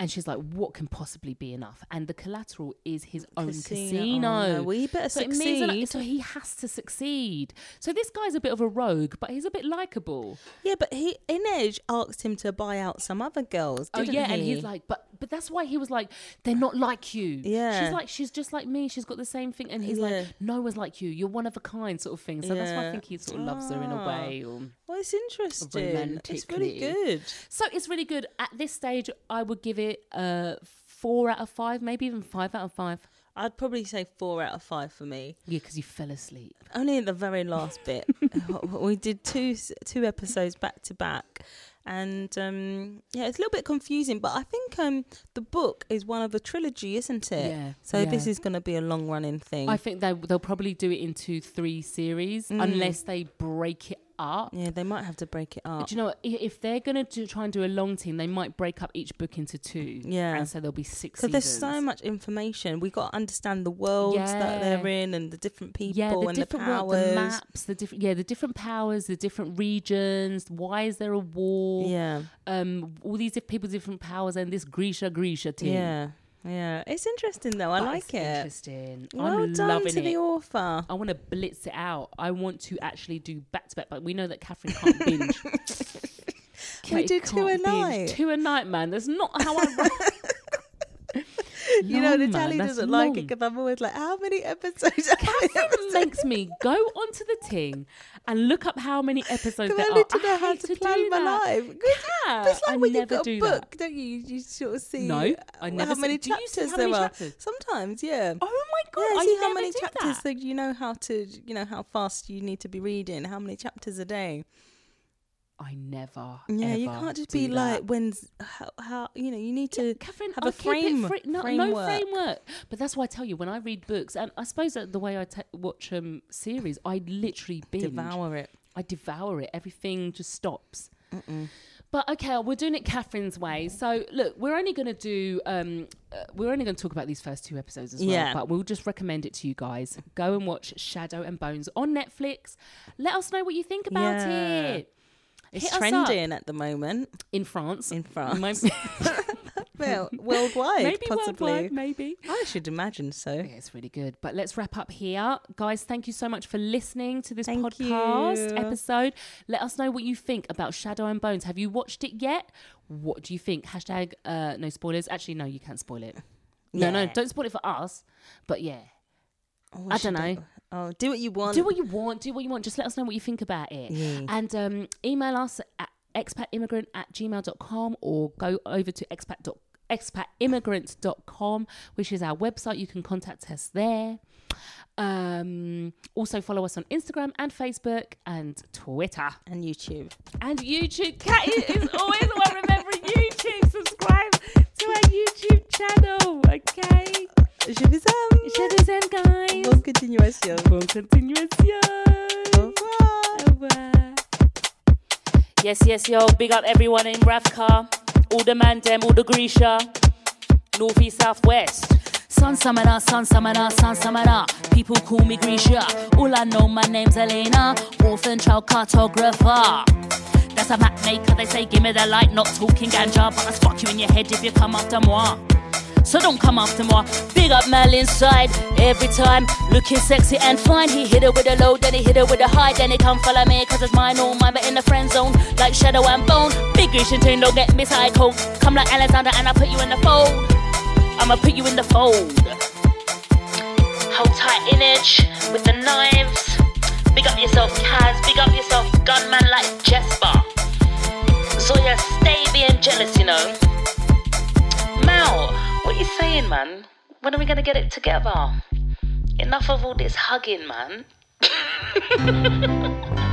Speaker 1: And she's like, what can possibly be enough? And the collateral is his own casino.
Speaker 2: Oh, no. Well, he better
Speaker 1: so, it
Speaker 2: succeed.
Speaker 1: means a lot- so he has to succeed. So this guy's a bit of a rogue, but he's a bit likable.
Speaker 2: Yeah, but he Inej asked him to buy out some other girls.
Speaker 1: Oh
Speaker 2: Didn't
Speaker 1: yeah,
Speaker 2: he?
Speaker 1: and he's like, but but that's why he was like, they're not like you.
Speaker 2: Yeah.
Speaker 1: she's like, she's just like me. She's got the same thing, and he's like,
Speaker 2: Yeah.
Speaker 1: no one's like you. You're one of a kind, sort of thing. So that's why I
Speaker 2: Yeah.
Speaker 1: think he sort of loves her in a
Speaker 2: Ah.
Speaker 1: way. Or...
Speaker 2: well, it's interesting. It's really
Speaker 1: romantically.
Speaker 2: good.
Speaker 1: So it's really good. At this stage, I would give it uh, four out of five, maybe even five out of five.
Speaker 2: I'd probably say four out of five for me.
Speaker 1: Yeah, because you fell asleep.
Speaker 2: Only at the very last bit. we did two s- two episodes back to back, and um, yeah, it's a little bit confusing. But I think um, the book is one of a trilogy, isn't it?
Speaker 1: Yeah,
Speaker 2: So this
Speaker 1: yeah.
Speaker 2: is going to be a long running thing.
Speaker 1: I think they, they'll probably do it into three series
Speaker 2: Mm.
Speaker 1: unless they break it up.
Speaker 2: yeah, they might have to break it up.
Speaker 1: Do you know what? I- if they're gonna do, try and do a long team, they might break up each book into two.
Speaker 2: Yeah.
Speaker 1: and so there'll be six.
Speaker 2: Because there's so
Speaker 1: seasons.
Speaker 2: much information. We got to understand the worlds that
Speaker 1: Yeah.
Speaker 2: they're in and the different people
Speaker 1: yeah, the
Speaker 2: and
Speaker 1: different
Speaker 2: the
Speaker 1: world,
Speaker 2: powers.
Speaker 1: the maps, the different yeah, the different powers, the different regions. Why is there a war?
Speaker 2: Yeah.
Speaker 1: Um, all these diff- people, different powers, and this Grisha Grisha team.
Speaker 2: Yeah. Yeah. It's interesting though. I
Speaker 1: But
Speaker 2: like
Speaker 1: it's
Speaker 2: it.
Speaker 1: Interesting.
Speaker 2: Well
Speaker 1: I'm
Speaker 2: done
Speaker 1: loving
Speaker 2: to
Speaker 1: it.
Speaker 2: the author.
Speaker 1: I want to blitz it out. I want to actually do back to back, but we know that Catherine can't binge. But
Speaker 2: We
Speaker 1: it
Speaker 2: do two
Speaker 1: can't
Speaker 2: a
Speaker 1: be.
Speaker 2: night.
Speaker 1: Two a night, man. That's not how I.
Speaker 2: you know,
Speaker 1: Long,
Speaker 2: the
Speaker 1: man,
Speaker 2: tally
Speaker 1: that's
Speaker 2: doesn't like
Speaker 1: long.
Speaker 2: it because I'm always like, how many episodes? How many
Speaker 1: Catherine
Speaker 2: episodes?
Speaker 1: makes me go onto the ting and look up how many episodes
Speaker 2: Because
Speaker 1: there
Speaker 2: I
Speaker 1: are.
Speaker 2: need to know how
Speaker 1: "Oh, hate
Speaker 2: to,
Speaker 1: do
Speaker 2: plan my
Speaker 1: that.
Speaker 2: life. 'Cause
Speaker 1: Yeah,
Speaker 2: It's like
Speaker 1: I
Speaker 2: when you've
Speaker 1: never
Speaker 2: got a
Speaker 1: do
Speaker 2: book,
Speaker 1: that.
Speaker 2: don't you? You you sort of see
Speaker 1: No, I never
Speaker 2: how
Speaker 1: see-
Speaker 2: many
Speaker 1: do you see
Speaker 2: chapters
Speaker 1: how
Speaker 2: there
Speaker 1: many
Speaker 2: are.
Speaker 1: chapters?
Speaker 2: Sometimes, yeah.
Speaker 1: Oh my god!
Speaker 2: yeah,
Speaker 1: I
Speaker 2: see how
Speaker 1: never
Speaker 2: many
Speaker 1: do
Speaker 2: chapters,
Speaker 1: that.
Speaker 2: so you know how to, you know how fast you need to be reading, how many chapters a day.
Speaker 1: I never.
Speaker 2: Yeah, you
Speaker 1: ever
Speaker 2: can't just
Speaker 1: do
Speaker 2: be
Speaker 1: that.
Speaker 2: like when how, how you know you need to
Speaker 1: Catherine,
Speaker 2: have
Speaker 1: I'll
Speaker 2: a frame,
Speaker 1: keep it free- no,
Speaker 2: framework.
Speaker 1: no framework. But that's why I tell you, when I read books, and I suppose that the way I ta watch um, series, I literally binge.
Speaker 2: Devour it.
Speaker 1: I devour it. Everything just stops. But okay, we're doing it Catherine's way. So look, we're only going to do, um, uh, we're only going to talk about these first two episodes as well.
Speaker 2: Yeah.
Speaker 1: But we'll just recommend it to you guys. Go and watch Shadow and Bones on Netflix. Let us know what you think about
Speaker 2: Yeah.
Speaker 1: it.
Speaker 2: It's
Speaker 1: Hit us up.
Speaker 2: trending at the moment
Speaker 1: in France.
Speaker 2: in France.
Speaker 1: My-
Speaker 2: well, worldwide,
Speaker 1: maybe
Speaker 2: possibly.
Speaker 1: worldwide, maybe.
Speaker 2: I should imagine so.
Speaker 1: Yeah, it's really good. But let's wrap up here. Guys, thank you so much for listening to this
Speaker 2: Thank
Speaker 1: podcast
Speaker 2: you.
Speaker 1: episode. Let us know what you think about Shadow and Bones. Have you watched it yet? What do you think? Hashtag uh, no spoilers. Actually, no, you can't spoil it. No, no,
Speaker 2: Yeah.
Speaker 1: don't spoil it for us. But yeah,
Speaker 2: Oh,
Speaker 1: I
Speaker 2: should
Speaker 1: don't know.
Speaker 2: Oh, do what you want.
Speaker 1: Do what you want. Do what you want. Just let us know what you think about it. And um, email us at expatimmigrant at gmail.com or go over to expat dot expatimmigrant.com which is our website you can contact us there um also follow us on instagram and facebook and twitter
Speaker 2: and YouTube.
Speaker 1: and youtube cat is always the one remembering youtube subscribe to our youtube channel okay
Speaker 2: Je vous aime.
Speaker 1: share this out, guys
Speaker 2: Bonne continuation.
Speaker 1: bon continuation
Speaker 2: Au revoir.
Speaker 1: Yes, yes, yo. Big up everyone in Ravka. All the man dem, all the Grisha. North, east, south, west. Son Samana, son Samana, son Samana. People call me Grisha. All I know, my name's Elena. Orphan child cartographer. That's a map maker. They say, give me the light. Not talking ganja, but I spot you in your head if you come after moi. So don't come after moi. Big up Mal inside every time. Looking sexy and fine. He hit her with a low, then he hit her with a high. Then he come follow me, cause it's mine, all mine. But in the friend zone, like shadow and bone. Big Greece and tune, don't get me psycho. Come like Alexander and I put you in the fold. I'ma put you in the fold. Hold tight image with the knives. Big up yourself, Kaz. Big up yourself, gunman like Jesper. Zoya, stay being jealous, you know. Mal, what are you saying, man? When are we going to get it together? Enough of all this hugging, man.